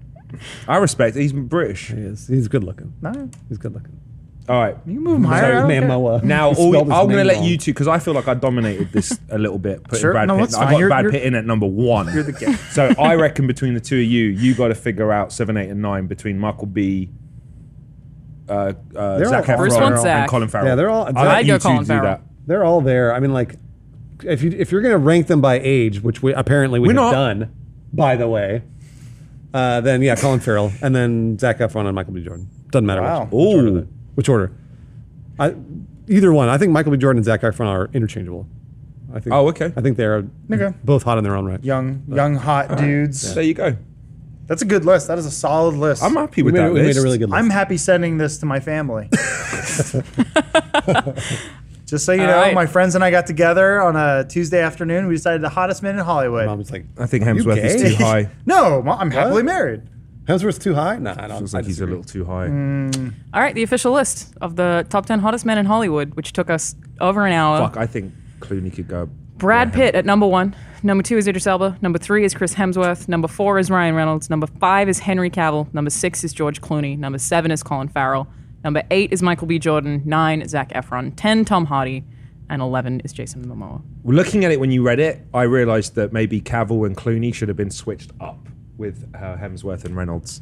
S2: I respect it. He's British.
S4: He is. He's good looking.
S3: No,
S4: He's good looking.
S2: All right.
S3: you move him higher. I don't care.
S4: Mamoa.
S2: Now,
S4: He
S2: all,
S4: spelled his
S2: I'm going to
S4: name
S2: let
S4: wrong.
S2: you two, because I feel like I dominated this a little bit. Putting
S3: Sure.
S2: Brad
S3: No,
S2: Pitt.
S3: that's
S2: I
S3: fine.
S2: got
S3: You're-
S2: Brad
S3: you're-
S2: Pitt in at number one. You're the guest. so I reckon between the two of you, you got to figure out seven, eight, and nine between Michael B, uh, uh,
S4: They're
S2: Zach
S4: all-
S1: First
S2: Efron,
S1: one's
S2: and
S1: Zac.
S2: Colin Farrell.
S4: Yeah, they're all-
S2: I'll let
S4: I'd
S2: you
S1: go
S2: two
S1: Colin
S2: do
S1: Farrell.
S2: that.
S4: They're all there. I mean, like, if you if you're gonna rank them by age, which we apparently we
S2: We're not.
S4: have done, by the way, uh, then yeah, Colin Farrell, and then Zach Efron and Michael B. Jordan. Doesn't matter
S3: Wow.
S4: which, which order.
S2: Ooh.
S4: they- Which order? I, either one. I think Michael B. Jordan and Zach Efron are interchangeable. I think.
S2: Oh, okay.
S4: I think they are
S3: Okay.
S4: both hot in their own right.
S3: Young, young, hot dudes.
S2: There you go.
S3: That's a good list. That is a solid list.
S2: I'm happy
S4: We
S2: with
S4: made,
S2: that
S4: we made
S2: list.
S4: a really good list.
S3: I'm happy sending this to my family. Just so you
S1: All
S3: know,
S1: right.
S3: my friends and I got together on a Tuesday afternoon. We decided the hottest man in Hollywood.
S4: Mom's like,
S2: I think Hemsworth is
S4: gay?
S2: too high.
S3: No, Ma- I'm happily married.
S4: Hemsworth's too high. Nah, I don't.
S2: Feels
S4: I
S2: like he's a
S4: disagree.
S2: little too high.
S1: All right. The official list of the top ten hottest men in Hollywood, which took us over an hour.
S2: Fuck, I think Clooney could go.
S1: Brad Pitt at number one. Number two is Idris Elba. Number three is Chris Hemsworth. Number four is Ryan Reynolds. Number five is Henry Cavill. Number six is George Clooney. Number seven is Colin Farrell. Number eight is Michael B. Jordan. Nine, Zach Efron. Ten, Tom Hardy. And 11 is Jason Momoa.
S2: Looking at it when you read it, I realised that maybe Cavill and Clooney should have been switched up with uh, Hemsworth and Reynolds.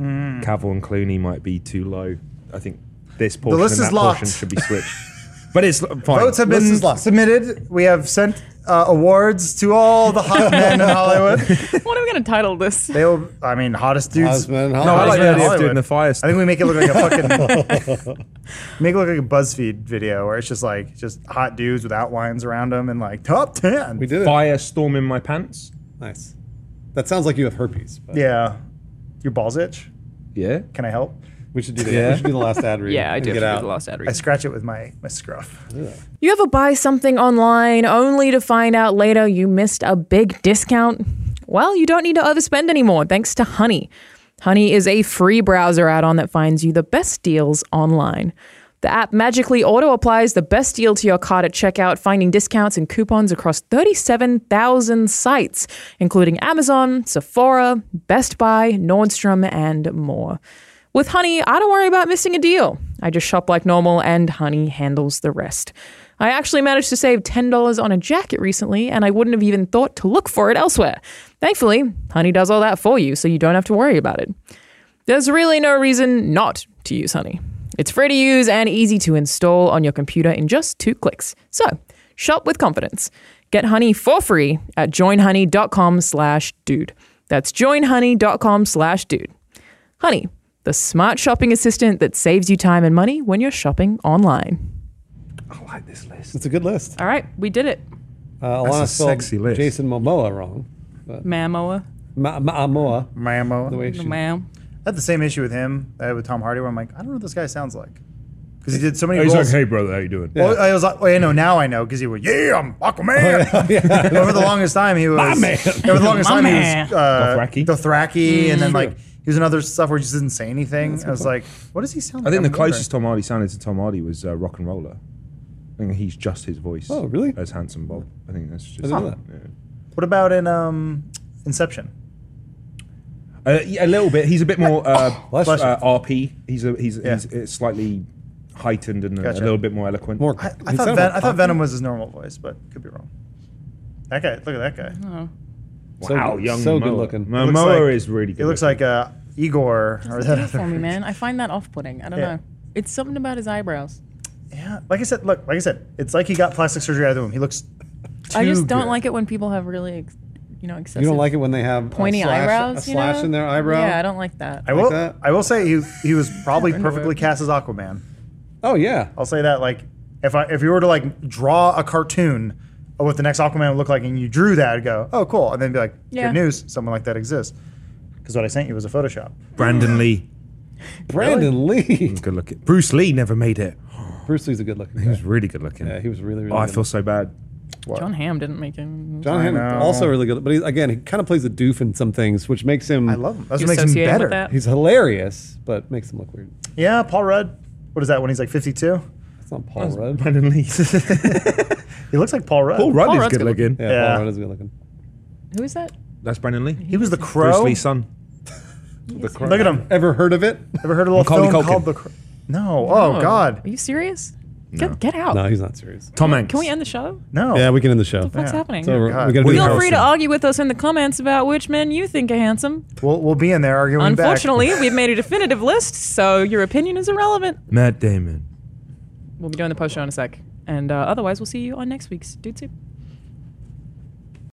S2: Cavill and Clooney might be too low. I think this portion
S3: list
S2: and
S3: is
S2: that portion
S3: locked.
S2: should be switched. but it's fine.
S3: Votes have
S4: List
S3: been
S4: is locked.
S3: submitted. We have sent uh, awards to all the hot men in Hollywood.
S1: What are we going to title this?
S3: They will, I mean, hottest dudes.
S4: Hottest men in
S3: No,
S4: Hollywood.
S2: I
S3: hottest
S2: like the
S3: men in
S2: idea of
S3: Hollywood.
S2: doing the fire
S3: I think we make it look like a fucking make it look like a BuzzFeed video where it's just like just hot dudes with outlines around them and like top ten.
S4: We did it.
S2: fire storm in my pants.
S4: Nice. That sounds like you have herpes. But
S3: Yeah, your balls itch.
S2: Yeah.
S3: Can I help?
S4: We should do the,
S2: Yeah.
S4: we should do the last ad read.
S1: Yeah, I
S4: and
S1: do.
S4: Get
S1: have to
S4: out.
S1: do The last ad read.
S3: I scratch it with my my scruff.
S1: You ever buy something online only to find out later you missed a big discount? Well, you don't need to overspend anymore thanks to Honey. Honey is a free browser add on that finds you the best deals online. The app magically auto applies the best deal to your cart at checkout, finding discounts and coupons across 37,000 sites, including Amazon, Sephora, Best Buy, Nordstrom, and more. With Honey, I don't worry about missing a deal. I just shop like normal and Honey handles the rest. I actually managed to save $10 on a jacket recently, and I wouldn't have even thought to look for it elsewhere. Thankfully, Honey does all that for you, so you don't have to worry about it. There's really no reason not to use Honey. It's free to use and easy to install on your computer in just two clicks. So, shop with confidence. Get Honey for free at joinhoney.com slash dude. That's joinhoney.com slash dude. Honey, the smart shopping assistant that saves you time and money when you're shopping online.
S2: I like this list.
S4: It's a good list.
S1: All right, we did it.
S4: Uh, Alana
S2: a
S4: spelled
S2: sexy list.
S4: Jason Momoa wrong.
S1: Mamoa.
S4: Ma- Ma- uh, Momoa. The
S3: Mammo.
S4: way
S1: The
S4: she,
S1: mam.
S3: I had the same issue with him that I had with Tom Hardy where I'm like, I don't know what this guy sounds like because he did so
S4: Oh,
S3: many
S2: He's like,
S3: roles.
S2: hey Oh, brother, how you doing?
S3: Well, I was like, oh, yeah, no, now I know because he was, yeah, I'm
S2: Oh,
S3: Aquaman.
S4: yeah.
S3: Over the longest time, he was.
S2: man.
S3: Over the longest
S1: My
S3: time,
S1: man.
S3: he was uh,
S2: Dothraki.
S3: Dothraki, and then like he was another stuff where he just didn't say anything. I was like, what does he sound
S2: I
S3: like?
S2: think
S3: I'm
S2: the closest Tom Hardy sounded to Tom Hardy was uh, Rock and Roller. think he's just his voice.
S4: Oh, really?
S2: As Handsome Bob. I think that's just.
S4: didn't know
S2: yeah.
S3: What about in um, Inception?
S2: Uh, yeah, a little bit. He's a bit more uh,
S4: bless you.
S2: uh, RP. He's a, he's,
S3: Yeah.
S2: he's it's slightly heightened and a-
S3: Gotcha.
S2: a little bit more eloquent.
S4: More.
S3: I, I
S4: he
S3: thought
S4: sounded
S3: Ven-
S4: like
S3: I thought
S4: Poppy.
S3: Venom was his normal voice, but could be wrong. That guy, look at that guy.
S4: So
S2: wow,
S4: good-
S2: young
S4: so
S2: Momoa.
S4: good looking.
S2: Uh, Momoa
S3: Looks like-
S2: is really good.
S3: He looks
S2: looking.
S3: like uh, Igor or that
S1: Doesn't do it
S3: other.
S1: for me, man. I find that off-putting. I don't
S3: Yeah.
S1: know. It's something about his eyebrows.
S3: Yeah, like I said, look, like I said, it's like he got plastic surgery out of the womb. He looks.
S1: I just
S3: too
S1: don't
S3: good.
S1: like it when people have really, ex- you know, excessive
S4: You don't like it when they have
S1: pointy
S4: a slash,
S1: eyebrows.
S4: a
S1: you
S4: slash
S1: know?
S4: in their eyebrow.
S1: Yeah, I don't like that.
S3: I will.
S4: that?
S3: I will say he he was probably perfectly
S1: it.
S3: cast as Aquaman.
S4: Oh yeah.
S3: I'll say that. Like if I if you were to like draw a cartoon of what the next Aquaman would look like, and you drew that, I'd go, oh cool, and then be like,
S1: Yeah.
S3: good news, someone like that exists. Because what I sent you was a Photoshop.
S2: Brandon Lee.
S4: Brandon Lee.
S2: Good looking. Bruce Lee never made it.
S4: Bruce Lee's a good looking.
S2: He
S4: Guy.
S2: was really good looking.
S4: Yeah, he was really really.
S2: oh, I
S4: good
S2: feel so bad.
S1: John Hamm didn't make him.
S4: John
S3: I
S4: Hamm
S3: know.
S4: also really good, but he, again, he kind of plays a doof in some things, which makes him.
S3: I love him. That's
S1: You
S3: what makes him
S1: associate him
S3: better.
S1: with that?
S4: He's hilarious, but makes him look weird.
S3: Yeah, Paul Rudd. What is that when he's like 52?
S4: That's not Paul Rudd.
S2: Brandon Lee.
S3: He looks like Paul Rudd.
S2: Paul Rudd
S1: Paul
S2: is
S1: Rudd's
S2: good
S1: good
S2: looking.
S4: Yeah,
S3: Yeah.
S4: Paul Rudd is good looking.
S1: Who is that?
S2: That's Brandon Lee.
S3: He was the
S2: Bruce
S3: Crow.
S2: Lee's son.
S3: Look at him.
S4: Ever heard of it?
S3: Ever heard of a little
S2: Macaulay
S3: film
S2: Culkin.
S3: called The Crow? No. Oh,
S1: Are
S3: God.
S1: you serious? Get, get out.
S4: No, he's not serious.
S2: Tom Hanks.
S1: Can we end the show?
S3: No.
S4: Yeah, we can end the show.
S1: What's
S3: Yeah.
S1: happening?
S4: So we're,
S3: God.
S4: we gotta
S2: Feel
S4: do the
S1: Feel
S4: Harrelson.
S1: free to argue with us in the comments about which men you think are handsome.
S3: We'll, we'll be in there arguing
S1: Unfortunately, we've made a definitive list, so your opinion is irrelevant.
S2: Matt Damon.
S1: We'll be doing the post show in a sec. And uh, otherwise, we'll see you on next week's Dude Soup.